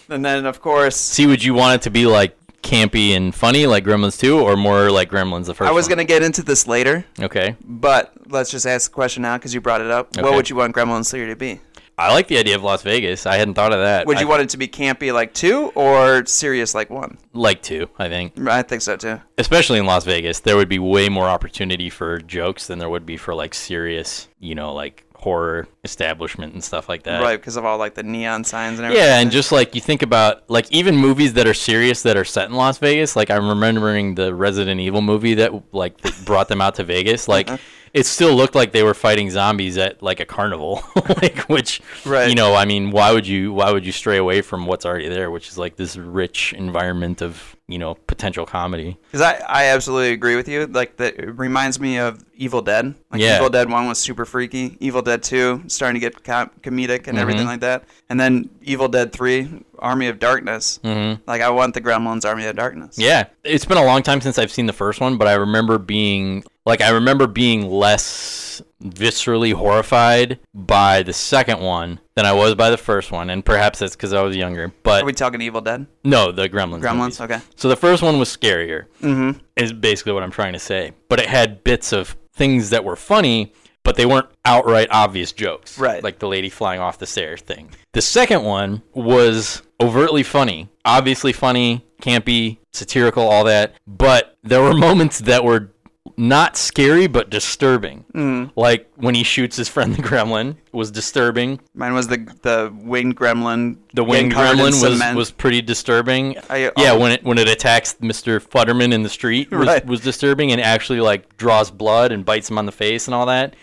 And then, of course, See, would you want it to be like campy and funny like Gremlins 2 or more like Gremlins the first I was one? gonna get into this later, Okay. but let's just ask the question now because you brought it up. What Okay. would you want Gremlins three to be? I like the idea of Las Vegas. I hadn't thought of that. Would you I- want it to be campy like two or serious like one? like 2, I think. I think so too. especially in Las Vegas, there would be way more opportunity for jokes than there would be for like serious, you know, like horror establishment and stuff like that. right, because of all like the neon signs and everything. Yeah, and just like you think about like even movies that are serious that are set in Las Vegas, like I'm remembering the Resident Evil movie that like that brought them out to Vegas, like it still looked like they were fighting zombies at like a carnival, like which Right. you know, I mean, why would you why would you stray away from what's already there, which is like this rich environment of, you know, potential comedy. Because I, I absolutely agree with you. Like that it reminds me of Evil Dead. Like Yeah. Evil Dead One was super freaky. Evil Dead Two starting to get com- comedic and everything Mhm. like that. And then Evil Dead Three, Army of Darkness. Mhm. Like I want the Gremlins Army of Darkness. Yeah, it's been a long time since I've seen the first one, but I remember being like I remember being less viscerally horrified by the second one than I was by the first one, and perhaps that's because I was younger. But Are we talking Evil Dead? no, the Gremlins. Gremlins? movies. Okay. So the first one was scarier. Mhm. Is basically what I'm trying to say, but it had bits of things that were funny, but they weren't outright obvious jokes. Right. Like the lady flying off the stairs thing. The second one was overtly funny, obviously funny, campy, satirical, all that. But there were moments that were not scary but disturbing. Mm. Like when he shoots his friend the gremlin was disturbing. Mine was the the winged gremlin. The winged getting covered in gremlin was, cement. was pretty disturbing. I- yeah, oh. when it when it attacks Mr. Futterman in the street was, Right. was disturbing and actually like draws blood and bites him on the face and all that.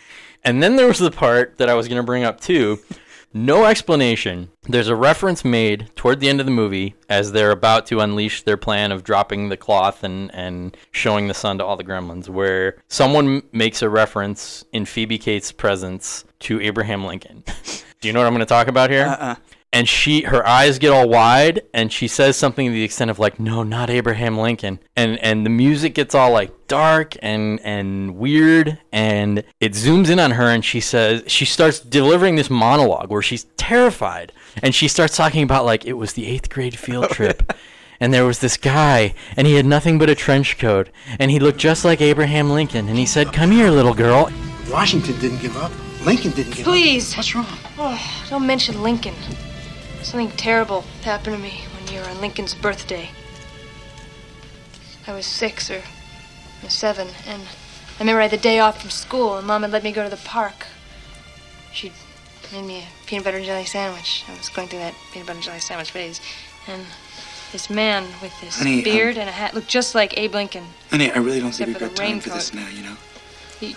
And then there was the part that I was gonna bring up too. No explanation. There's a reference made toward the end of the movie as they're about to unleash their plan of dropping the cloth and, and showing the sun to all the gremlins, where someone m- makes a reference in Phoebe Cates' presence to Abraham Lincoln. Do you know what I'm going to talk about here? Uh-uh. And she, her eyes get all wide, and she says something to the extent of like, "No, not Abraham Lincoln." And and the music gets all like dark and and weird, and it zooms in on her, and she says she starts delivering this monologue where she's terrified, and she starts talking about like it was the eighth grade field trip. And there was this guy, and he had nothing but a trench coat, and he looked just like Abraham Lincoln. And he said, "Come here, little girl." Washington didn't give up. Lincoln didn't give Please. What's wrong? Oh, don't mention Lincoln. Something terrible happened to me one year on Lincoln's birthday. I was six or or seven, and I remember I had the day off from school, and Mom had let me go to the park. She made me a peanut butter and jelly sandwich. I was going through that peanut butter and jelly sandwich phase, and this man with this Honey, I'm- beard and a hat looked just like Abe Lincoln. up. Honey, I really don't think Except we've for the got time for raincoat. this now, you know? He,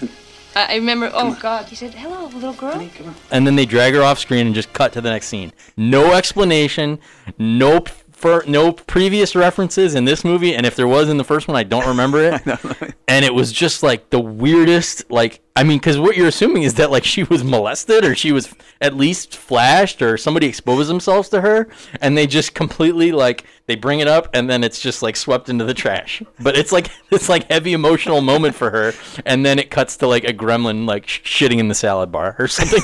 I I remember. Oh God! He said, "Hello, little girl." and then they drag her off screen and just cut to the next scene. No explanation, no p- fir- no previous references in this movie, and if there was in the first one, I don't remember it. and it was just like the weirdest. Like I mean, because what you're assuming is that like she was molested or she was at least flashed or somebody exposed themselves to her, and they just completely like they bring it up and then it's just like swept into the trash. But it's like it's like heavy emotional moment for her, and then it cuts to like a gremlin like sh- shitting in the salad bar or something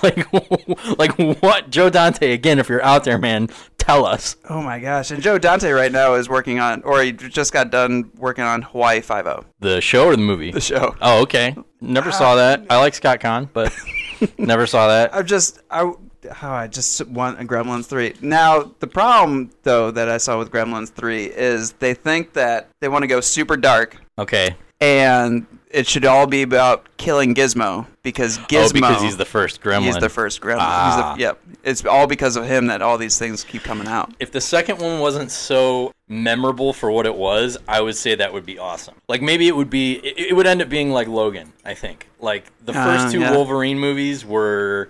like like what joe dante again if you're out there man tell us Oh my gosh! And Joe Dante right now is working on, or he just got done working on Hawaii Five O. the show or the movie the show oh okay never saw that i like scott kahn but never saw that I've just I oh, I just want a Gremlins three. Now the problem though that I saw with Gremlins three is they think that they want to go super dark okay and it should all be about killing Gizmo because Gizmo oh because he's the first gremlin He's the first Gremlin. He's the- Ah. yep. It's all because of him that all these things keep coming out. if the second one wasn't so memorable for what it was, I would say that would be awesome. Like maybe it would be it, it would end up being like Logan, I think. Like the first Ah, two yeah. Wolverine movies were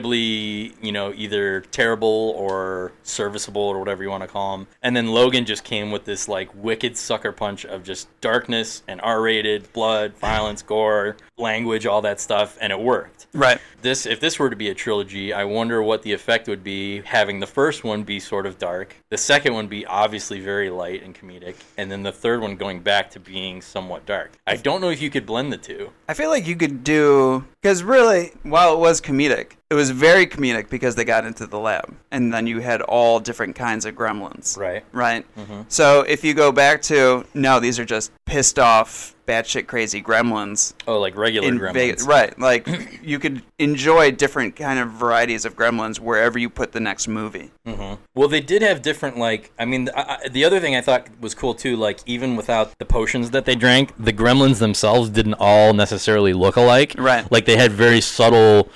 debatably, you know, either terrible or serviceable or whatever you want to call them. And then Logan just came with this like wicked sucker punch of just darkness and R-rated, blood, violence, gore, language, all that stuff and it worked. Right. This, if this were to be a trilogy, I wonder what the effect would be having the first one be sort of dark, the second one be obviously very light and comedic, and then the third one going back to being somewhat dark. I don't know if you could blend the two. I feel like you could do because really, while it was comedic, it It was very comedic because they got into the lab, and then you had all different kinds of gremlins. Right. Right. Mhm. So if you go back to no, these are just pissed off, batshit crazy gremlins. Oh, like regular in gremlins. Ve- right. Like you could enjoy different kind of varieties of gremlins wherever you put the next movie. hmm Well, they did have different, like, I mean, I, I, the other thing I thought was cool too, like, even without the potions that they drank, the gremlins themselves didn't all necessarily look alike. Right. Like, they had very subtle,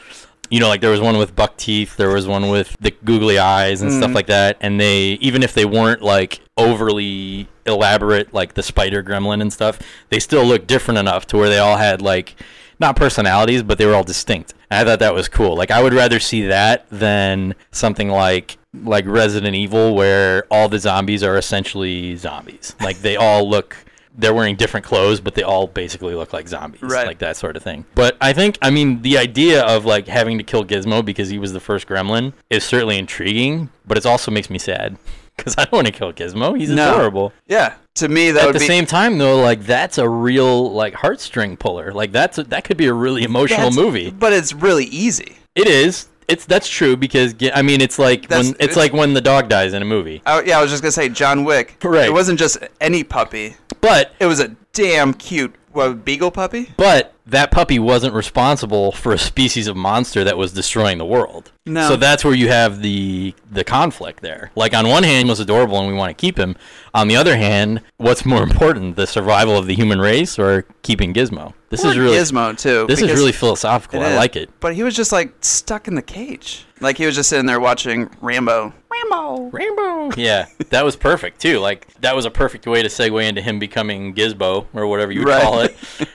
you know, like, there was one with buck teeth, there was one with the googly eyes and stuff Mhm. like that. And they, even if they weren't, like, overly elaborate, like the spider gremlin and stuff, they still looked different enough to where they all had, like, not personalities, but they were all distinct. And I thought that was cool. Like I would rather see that than something like like Resident Evil where all the zombies are essentially zombies. Like they all look they're wearing different clothes, but they all basically look like zombies. Right. Like that sort of thing. But I think I mean the idea of like having to kill Gizmo because he was the first gremlin is certainly intriguing, but it also makes me sad. Because I don't want to kill Gizmo. He's No. adorable Yeah. To me, that at would the be same time though like that's a real like heartstring puller like that's a, that could be a really emotional That's- movie but it's really easy. it is it's that's true because ge- i mean it's like That's- when it's, it's- like when the dog dies in a movie Oh, yeah, I was just gonna say John Wick. Right. It wasn't just any puppy. But it was a damn cute what, beagle puppy. but that puppy wasn't responsible for a species of monster that was destroying the world No. so that's where you have the the conflict there like on one hand he was adorable and we want to keep him on the other hand what's more important the survival of the human race or keeping gizmo this Poor is really Gizmo too. this is because- really philosophical i is. like it But he was just like stuck in the cage. Like he was just sitting there watching Rambo. Rambo. Rambo. yeah, that was perfect too. Like that was a perfect way to segue into him becoming Gizbo or whatever you would Right. call it,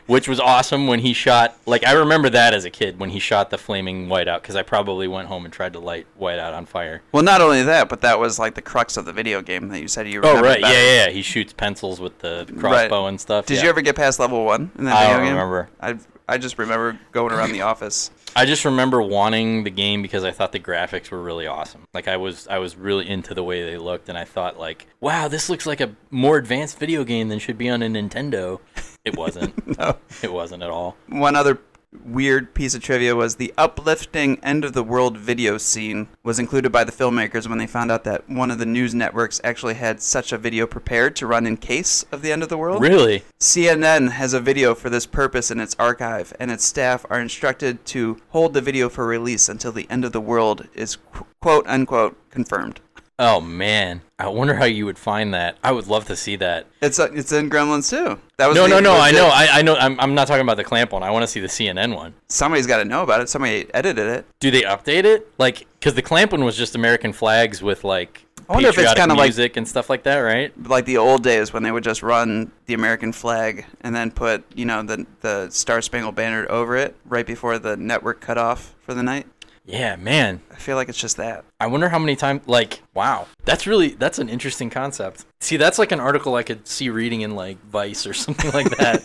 which was awesome when he shot. Like I remember that as a kid when he shot the flaming whiteout because I probably went home and tried to light whiteout on fire. Well, not only that, but that was like the crux of the video game that you said you. Oh remembered right, yeah, better. yeah. yeah. He shoots pencils with the crossbow Right. and stuff. Did yeah. you ever get past level one in that I video don't game? remember. I I just remember going around the office. I just remember wanting the game because I thought the graphics were really awesome. Like I was I was really into the way they looked and I thought like, wow, this looks like a more advanced video game than should be on a Nintendo. It wasn't. No. It wasn't at all. One other weird piece of trivia was the uplifting end of the world video scene was included by the filmmakers when they found out that one of the news networks actually had such a video prepared to run in case of the end of the world. Really? CNN has a video for this purpose in its archive, and its staff are instructed to hold the video for release until the end of the world is qu- quote unquote confirmed. Oh man, I wonder how you would find that. I would love to see that. It's uh, it's in Gremlins too. That was No, the no, no. I legit- know. I, I know. I'm, I'm not talking about the clamp one. I want to see the CNN one. Somebody's got to know about it. Somebody edited it. Do they update it? Like, because the clamp one was just American flags with like I wonder if it's patriotic kinda like- music and stuff like that, right? like the old days when they would just run the American flag and then put you know the the Star Spangled Banner over it right before the network cut off for the night. Yeah, man. I feel like it's just that. I wonder how many times. Like, wow, that's really that's an interesting concept. See, that's like an article I could see reading in like Vice or something like that.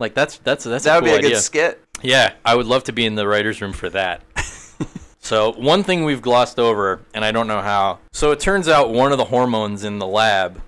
like that's that's that's that a would cool be a good idea. skit. Yeah, I would love to be in the writer's room for that. so, one thing we've glossed over, and I don't know how. So, it turns out one of the hormones in the lab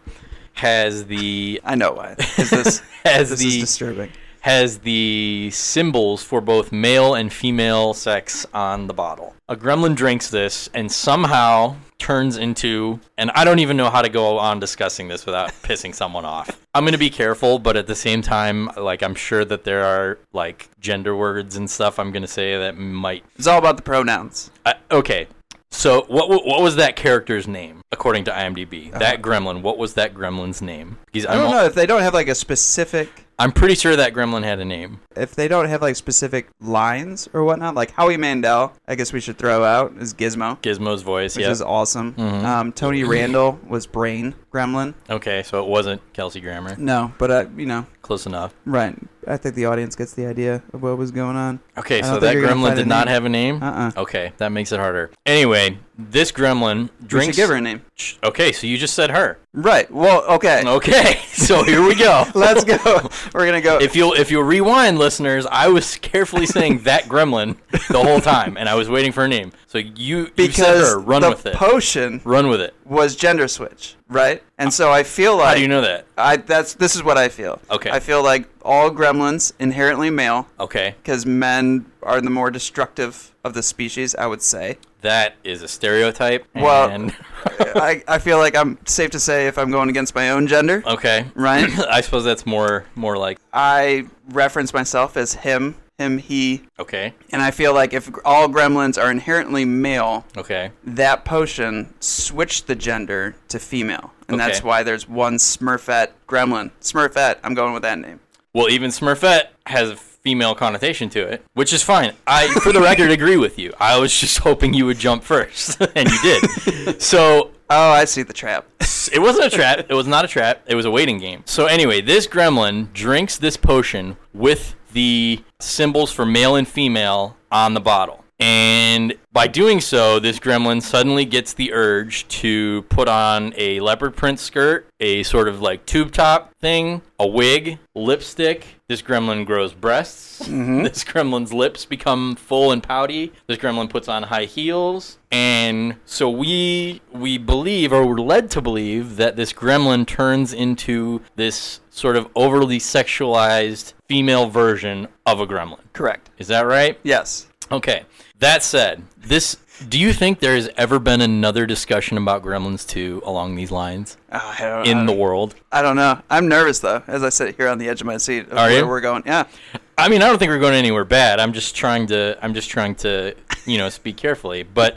has the. I know why. Is this has this the, is disturbing? Has the symbols for both male and female sex on the bottle. A gremlin drinks this and somehow turns into, and I don't even know how to go on discussing this without pissing someone off. I'm going to be careful, but at the same time, like, I'm sure that there are, like, gender words and stuff I'm going to say that might. It's all about the pronouns. I okay. So, what, what what was that character's name according to IMDb? That gremlin. What was that gremlin's name? Because Uh-huh. I I'm don't al- know if they don't have like a specific I'm pretty sure that gremlin had a name. if they don't have like specific lines or whatnot. Like Howie Mandel, I guess we should throw out is Gizmo, Gizmo's voice. which yeah. is awesome. Mhm. Um, Tony Randall was Brain Gremlin. Okay, so it wasn't Kelsey Grammer. No, but uh, you know, Close enough. Right. I think the audience gets the idea of what was going on. Okay, so that gremlin did not have a name. Uh uh Okay, that makes it harder. Anyway, this gremlin drinks. give her a name. Sh- Okay, so you just said her. Right. Well, okay. Okay, so here we go. Let's go. We're gonna go. If you'll if you'll rewind, listeners, I was carefully saying that gremlin the whole time, and I was waiting for a name. So you you said because her. Run the with it. potion Run with it. was gender switch. right? And so I feel like How do you know that? I that's this is what I feel. Okay. I feel like all gremlins inherently male Okay. because men are the more destructive of the species, I would say. That is a stereotype. Well, and- I, I feel like I'm safe to say if I'm going against my own gender, okay. right? I suppose that's more more like I reference myself as him, him, he, okay, and I feel like if all gremlins are inherently male, okay. that potion switched the gender to female, and that's Okay. why there's one Smurfette gremlin. Smurfette, I'm going with that name. Well, even Smurfette has a female connotation to it, which is fine. I, for the record, agree with you. I was just hoping you would jump first, and you did. So. Oh, I see the trap. It wasn't a trap. It was not a trap. It was a waiting game. So anyway, this gremlin drinks this potion with the symbols for male and female on the bottle. And by doing so, this gremlin suddenly gets the urge to put on a leopard print skirt, a sort of like tube top thing, a wig, lipstick. This gremlin grows breasts. Mhm. This gremlin's lips become full and pouty. This gremlin puts on high heels. And so we we believe or we're led to believe that this gremlin turns into this sort of overly sexualized female version of a gremlin. Correct. Is that right? Yes. Okay. That said, this do you think there has ever been another discussion about Gremlins 2 along these lines Oh, I don't- I in the don't- world? I don't know. I'm nervous though, as I sit here on the edge of my seat of Are where you? we're going. Yeah. I mean, I don't think we're going anywhere bad. I'm just trying to I'm just trying to, you know, speak carefully, but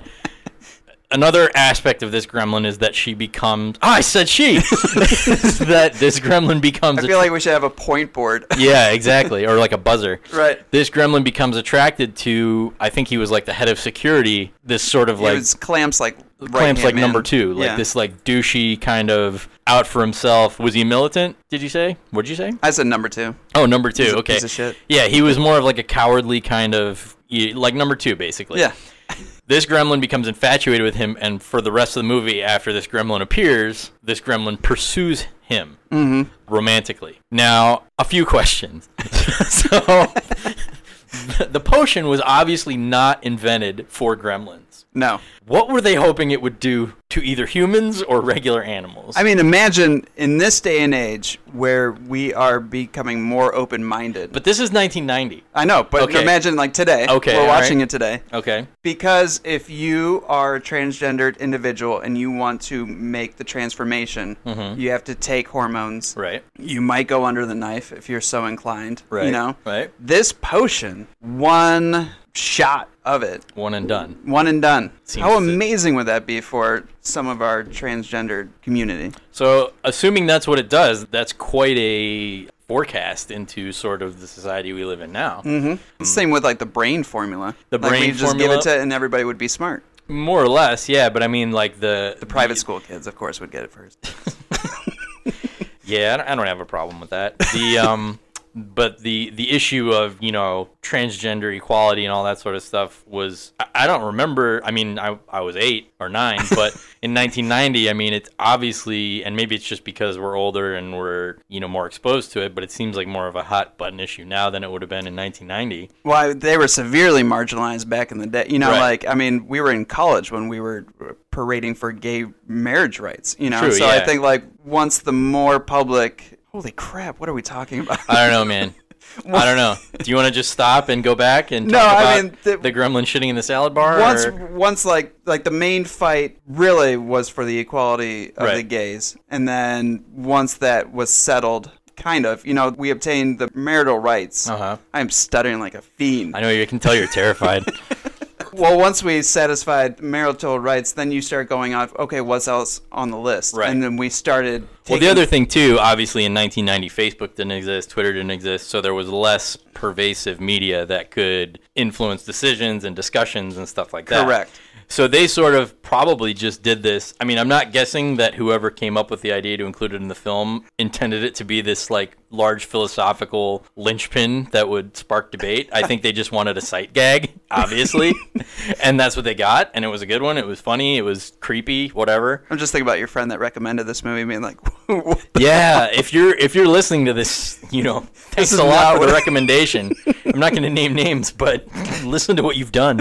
another aspect of this gremlin is that she becomes Ah, I said she. Is that this gremlin becomes I feel like we should have a point board. yeah, exactly. Or like a buzzer. Right. This gremlin becomes attracted to, I think he was like the head of security, this sort of it like was clamps like right clamps like hand number man. two, like Yeah. this like douchey kind of out for himself. Was he militant? Did you say? What'd you say? I said number two. Oh, number two. He's a okay. piece of shit. Yeah, he was more of like a cowardly kind of y- like number two, basically. Yeah. This gremlin becomes infatuated with him, and for the rest of the movie, after this gremlin appears, this gremlin pursues him Mm-hmm. romantically. Now, a few questions. so, the potion was obviously not invented for gremlins. No. What were they hoping it would do to either humans or regular animals? I mean, imagine in this day and age where we are becoming more open minded. but this is 1990. I know, but Okay. imagine like today. Okay, We're all watching right. it today. Okay. Because if you are a transgendered individual and you want to make the transformation, Mhm. you have to take hormones. Right. You might go under the knife if you're so inclined. Right. You know? Right. This potion, one shot of it, One and done. one and done. Seems How to- amazing would that be for some of our transgendered community? So, assuming that's what it does, that's quite a forecast into sort of the society we live in now. Mm-hmm. Same with like the brain formula. Hmm. The like, brain we just give formula- it to, and everybody would be smart. More or less, yeah, but I mean like the The private school kids, of course, would get it first. Yeah, I don't- I don't have a problem with that. The um, but the the issue of you know transgender equality and all that sort of stuff was I, I don't remember. I mean, I I was eight or nine, but in 1990, I mean, it's obviously and maybe it's just because we're older and we're you know more exposed to it, but it seems like more of a hot button issue now than it would have been in 1990. Well, they were severely marginalized back in the day. You know, Right. like I mean, we were in college when we were parading for gay marriage rights. You know, True, so yeah. I think like once the more public, holy crap, what are we talking about? I don't know, man. I don't know. Do you want to just stop and go back and No, talk I about mean, the- the gremlin shitting in the salad bar? once or- once like like the main fight really was for the equality of Right. the gays and then once that was settled kind of you know we obtained the marital rights Uh-huh. i'm stuttering like a fiend I know you can tell you're terrified. well once we satisfied marital rights then you start going off okay what's else on the list Right. and then we started Well, taking- the other thing too, obviously, in 1990, Facebook didn't exist, Twitter didn't exist, so there was less pervasive media that could influence decisions and discussions and stuff like that. Correct. So they sort of probably just did this. I mean, I'm not guessing that whoever came up with the idea to include it in the film intended it to be this like large philosophical linchpin that would spark debate. I think they just wanted a sight gag, obviously, and that's what they got. And it was a good one. It was funny. It was creepy. Whatever. i'm just thinking about your friend that recommended this movie being like what the- yeah, if you're if you're listening to this, you know, thanks is a not lot for what- the recommendation. I'm not going to name names, but listen to what you've done.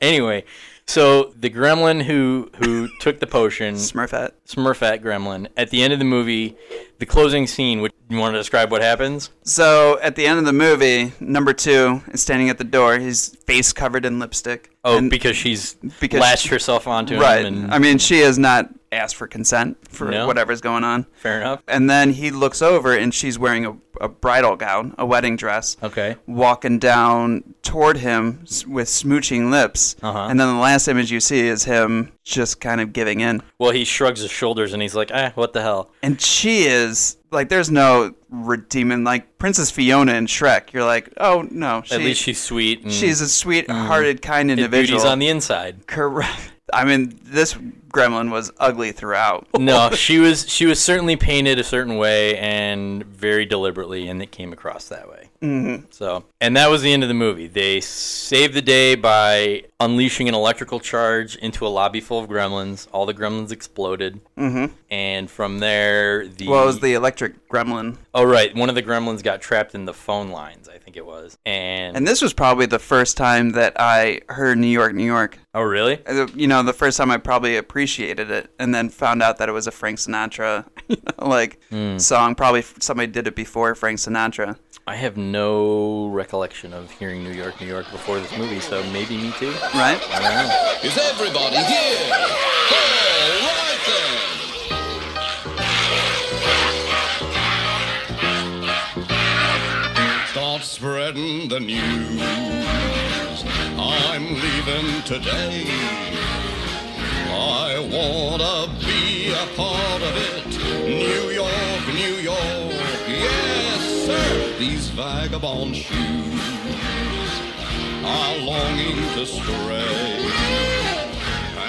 anyway, So the gremlin who who took the potion, Smurfette, Smurfette gremlin. At the end of the movie, the closing scene. Which you want to describe what happens? So at the end of the movie, number two is standing at the door. His face covered in lipstick. Oh, And- because she's latched herself onto him. Right. and- I mean, she has not asked for consent for No. whatever's going on. Fair enough. And then he looks over, and she's wearing a, a bridal gown, a wedding dress. Okay. Walking down toward him s- with smooching lips. Uh-huh. And then the last image you see is him just kind of giving in. well, he shrugs his shoulders and he's like, "Eh, what the hell." And she is like, there's no redeeming like Princess Fiona in Shrek. You're like, oh no, she, At least she's sweet. And, she's a sweet-hearted, kind And individual. Beauty's on the inside. Correct. I mean, this gremlin was ugly throughout. no, she was she was certainly painted a certain way and very deliberately, and it came across that way. Mhm. So, and that was the end of the movie. They saved the day by unleashing an electrical charge into a lobby full of gremlins. All the gremlins exploded, Mhm. and from there, the Well, it was the electric gremlin. oh right, one of the gremlins got trapped in the phone lines. I think it was, and And this was probably the first time that I heard New York, New York. Oh, really? You know, the first time I probably appreciated it, and then found out that it was a Frank Sinatra, you know, like Mm. song. Probably f- somebody did it before Frank Sinatra. I have no recollection of hearing New York, New York before this movie, so maybe me too. Right? I don't know. Is everybody here? All right then. Start spreading the news. I'm leaving today. I wanna be a part of it. New York, New York, yes, sir. These vagabond shoes are longing to stray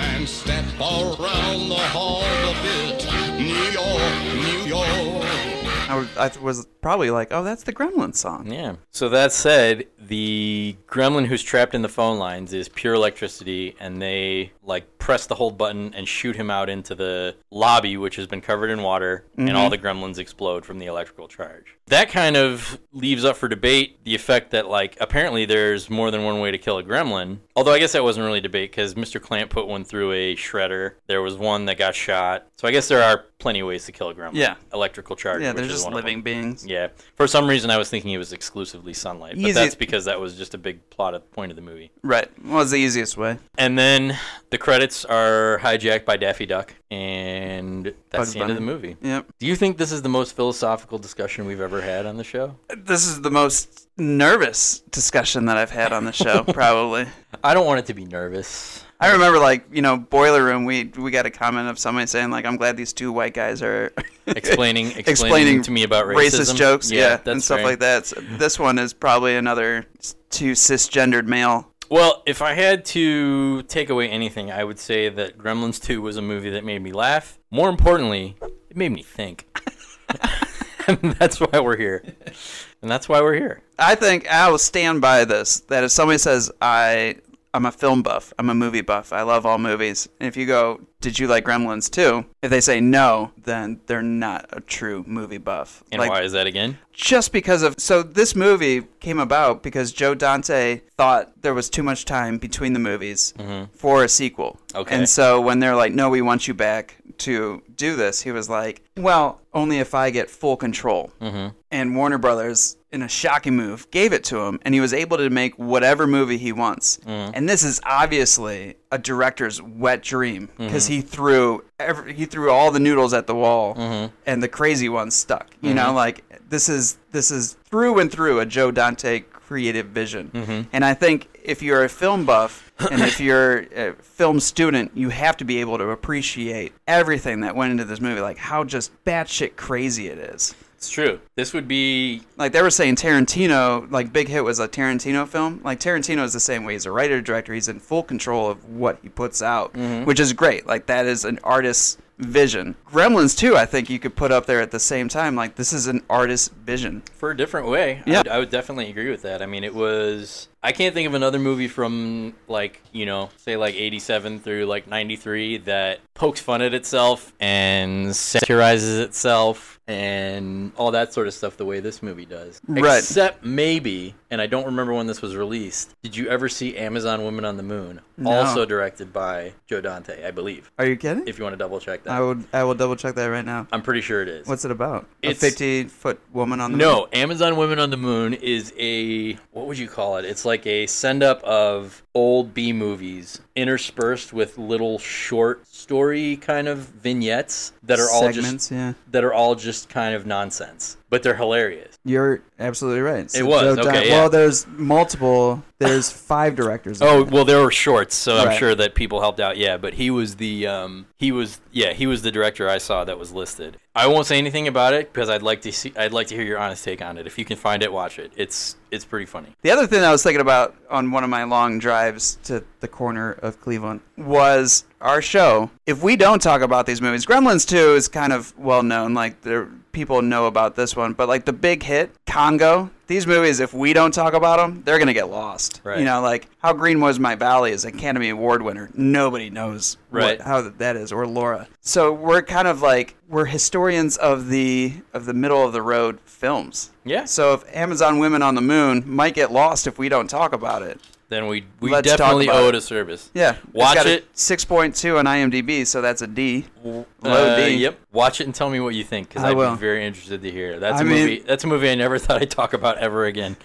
and step around the hall a bit. New York, New York. I, w- I th- was probably like, oh, that's the gremlin song. Yeah. So that said, the gremlin who's trapped in the phone lines is pure electricity, and they like press the hold button and shoot him out into the lobby, which has been covered in water, Mhm. and all the gremlins explode from the electrical charge. That kind of leaves up for debate the effect that like apparently there's more than one way to kill a gremlin. Although I guess that wasn't really debate because Mr. Clamp put one through a shredder. There was one that got shot. So I guess there are plenty of ways to kill a gremlin. Yeah. Electrical charge. Yeah, which they're is just one of them. living beings. Yeah. For some reason, I was thinking it was exclusively sunlight, but Easy- that's because that was just a big plot of- point of the movie. Right. Well, it's the easiest way. And then the credits are hijacked by Daffy Duck, and that's Bugs the end of the Bunny. movie. Yep. Do you think this is the most philosophical discussion we've ever had on the show? This is the most nervous discussion that I've had on the show, probably. I don't want it to be nervous. I remember, like you know, boiler room. We we got a comment of somebody saying, like, "I'm glad these two white guys are Explaining- explaining to me about racism. racist jokes, Yeah, yeah, that's and stuff fair. like that." So this one is probably another s- two cisgendered male. Well, if I had to take away anything, I would say that Gremlins 2 was a movie that made me laugh. More importantly, it made me think. and that's why we're here. And that's why we're here. I think I will stand by this. That if somebody says, "I I'm a film buff, I'm a movie buff, I love all movies," and if you go, "Did you like Gremlins too?" If they say no, then they're not a true movie buff. And Like, why is that again? just because of so this movie came about because Joe Dante thought there was too much time between the movies for a sequel. Mm-hmm. Okay. And so when they're like, "No, we want you back to do this," he was like, "Well, only if I get full control." Mm-hmm. And Warner Brothers, in a shocking move, gave it to him, and he was able to make whatever movie he wants. Mm-hmm. And this is obviously a director's wet dream because Mhm. he threw every, he threw all the noodles at the wall, Mhm. and the crazy ones stuck. You Mhm. know, like this is this is through and through a Joe Dante creative vision. Mhm. And I think if you're a film buff and if you're a film student, you have to be able to appreciate everything that went into this movie, like how just batshit crazy it is. It's true. This would be Like they were saying, Tarantino, like Big Hit was a Tarantino film. Like Tarantino is the same way. He's a writer director. He's in full control of what he puts out, Mhm. which is great. Like that is an artist's vision. Gremlins too, I think you could put up there at the same time. Like this is an artist's vision. for a different way. I, Yeah. would, I would definitely agree with that. I mean, it was. I can't think of another movie from like you know, say like '87 through like '93 that pokes fun at itself and satirizes itself and all that sort of stuff the way this movie does. Right. Except maybe, and I don't remember when this was released. Did you ever see Amazon Women on the Moon? No. Also directed by Joe Dante, I believe. Are you kidding? If you want to double check that. I would. I will double check that right now. I'm pretty sure it is. What's it about? It's- a 50 foot woman on the no, moon? Amazon Women on the Moon is a what would you call it? It's like a send up of old B movies interspersed with little short story kind of vignettes that are all Segments, just yeah. that are all just kind of nonsense, but they're hilarious. You're absolutely right. It was, Joe Dante- okay, yeah. Well, there's multiple. There's five directors. on Oh it. well, there were shorts, so I'm Right. sure that people helped out. Yeah, but he was the um, he was yeah he was the director I saw that was listed. I won't say anything about it because I'd like to see I'd like to hear your honest take on it. If you can find it, watch it. It's it's pretty funny. The other thing I was thinking about on one of my long drives to the corner of Cleveland was our show. If we don't talk about these movies, Gremlins 2 is kind of well known, like there people know about this one, but like the big hit, Congo, these movies if we don't talk about them, they're going to get lost. Right. You know, like How Green Was My Valley is an Academy Award winner. Nobody knows Right. what, how that is or Laura. So we're kind of like we're historians of the of the middle of the road films. Yeah. So if Amazon Women on the Moon might get lost if we don't talk about it. Then we we Let's talk definitely about owe it. it a service. Yeah. watch It's got a it. 6.2 on IMDb, so that's a D. Low Uh, D. Yep. Watch it and tell me what you think because I I'd will. be very interested to hear. That's I a mean- movie. That's a movie I never thought I'd talk about ever again.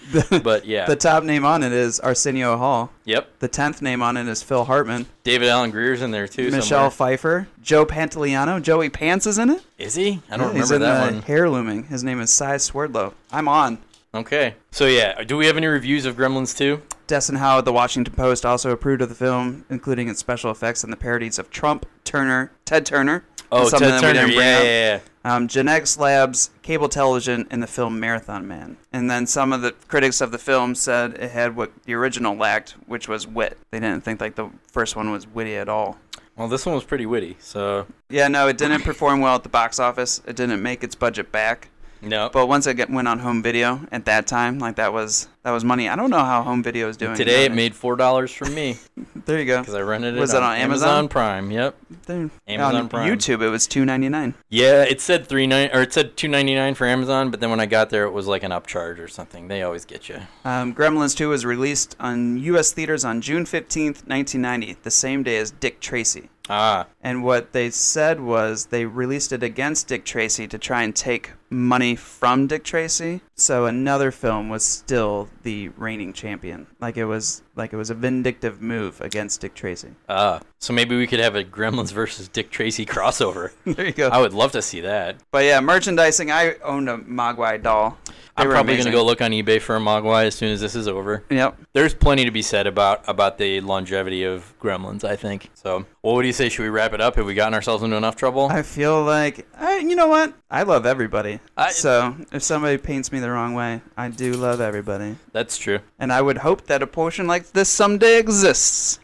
but yeah. The top name on it is Arsenio Hall. Yep. The 10th name on it is Phil Hartman. David Allen Greer's in there too. Michelle somewhere. Pfeiffer. Joe Pantoliano. Joey Pants is in it. Is he? I don't Yeah, he's remember in that the one. Hair looming. His name is Cy Swerdlow. I'm on. Okay. So yeah, do we have any reviews of Gremlins 2? Destin Howe at the Washington Post also approved of the film, including its special effects and the parodies of Trump, Turner, Ted Turner. Oh, That's something that Ted we Turner, didn't bring yeah, up. yeah, yeah. Um, Gen X Labs, cable television, and the film Marathon Man. And then some of the critics of the film said it had what the original lacked, which was wit. They didn't think like the first one was witty at all. Well, this one was pretty witty. So Yeah, no, it didn't perform well at the box office. It didn't make its budget back. No. But once it get, went on home video at that time, like that was that was money. I don't know how home video is doing today it nowadays. made four dollars from me There you go. because I rented it. Was that on Amazon? Prime? Yep. There. Amazon on Prime. YouTube, it was two ninety nine. Yeah, it said three nine or it said two ninety nine for Amazon, but then when I got there, it was like an upcharge or something. They always get you. Um, Gremlins Two was released on U.S. theaters on June fifteenth, nineteen ninety, the same day as Dick Tracy. Ah. And what they said was they released it against Dick Tracy to try and take money from Dick Tracy. So another film was still the reigning champion. Like it was like it was a vindictive move against Dick Tracy. Ah. So maybe we could have a Gremlins versus Dick Tracy crossover. There you go. I would love to see that. But yeah, merchandising. I owned a Mogwai doll. They I'm were probably amazing. gonna go look on eBay for a Mogwai as soon as this is over. Yep. There's plenty to be said about about the longevity of Gremlins. I think. So, well, what do you say? Should we wrap it up? Have we gotten ourselves into enough trouble? I feel like I, you know what? I love everybody. I- so if somebody paints me the wrong way, I do love everybody. That's true. And I would hope that a portion like this someday exists.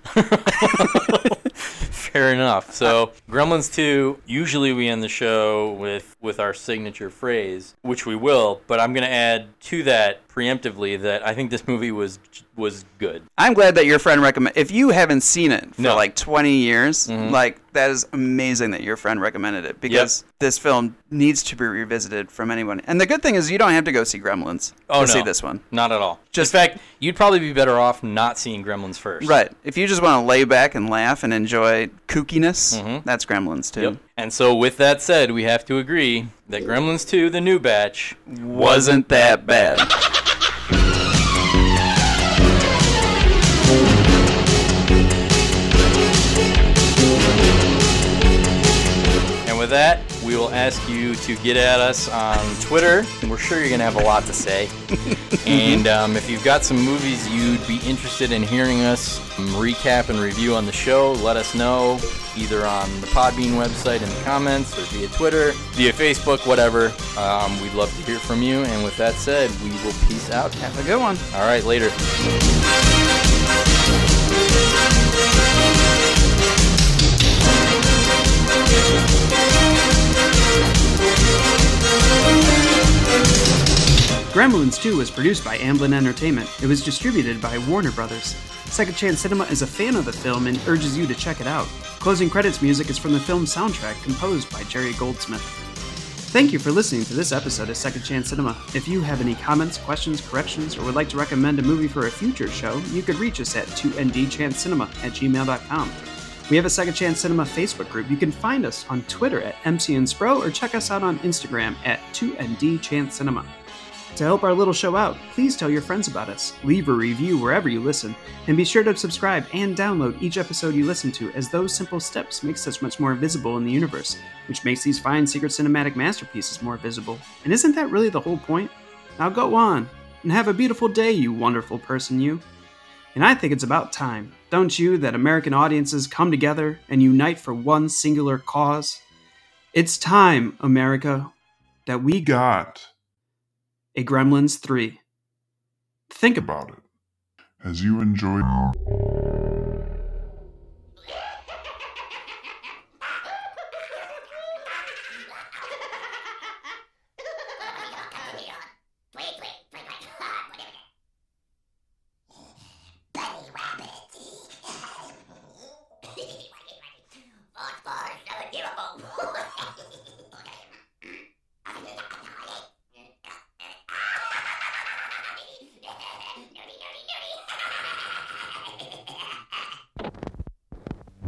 Fair enough. So, Gremlins 2, usually we end the show with with our signature phrase, which we will, but I'm going to add to that preemptively that I think this movie was was good. I'm glad that your friend recommended. If you haven't seen it for No. like 20 years, Mhm. like that is amazing that your friend recommended it because this film needs to be revisited from anyone. And the good thing is you don't have to go see Gremlins to Oh, no. see this one. Not at all. Just in fact, you'd probably be better off not seeing Gremlins first. Right. If you just want to lay back and laugh and enjoy kookiness, Mhm. that's Gremlins too. Yep. And so with that said, we have to agree that Gremlins 2 the new batch Wasn't that bad. And with that, we will ask you to get at us on Twitter. We're sure you're going to have a lot to say. and um, if you've got some movies you'd be interested in hearing us um, recap and review on the show, let us know either on the Podbean website in the comments or via Twitter, via Facebook, whatever. Um, we'd love to hear from you. And with that said, we will peace out. Have a good one. All right, later. Gremlins 2 was produced by Amblin Entertainment. It was distributed by Warner Brothers. Second Chance Cinema is a fan of the film and urges you to check it out. Closing credits music is from the film soundtrack composed by Jerry Goldsmith. Thank you for listening to this episode of Second Chance Cinema. If you have any comments, questions, corrections, or would like to recommend a movie for a future show, you could reach us at 2ndchancecinema at gmail.com. We have a Second Chance Cinema Facebook group. You can find us on Twitter at MCNSpro or check us out on Instagram at 2ndchancecinema. To help our little show out, please tell your friends about us, leave a review wherever you listen, and be sure to subscribe and download each episode you listen to, as those simple steps make us much more visible in the universe, which makes these fine secret cinematic masterpieces more visible. And isn't that really the whole point? Now go on, and have a beautiful day, you wonderful person, you. And I think it's about time, don't you, that American audiences come together and unite for one singular cause? It's time, America, that we got a Gremlins 3. Think about it. As you enjoy.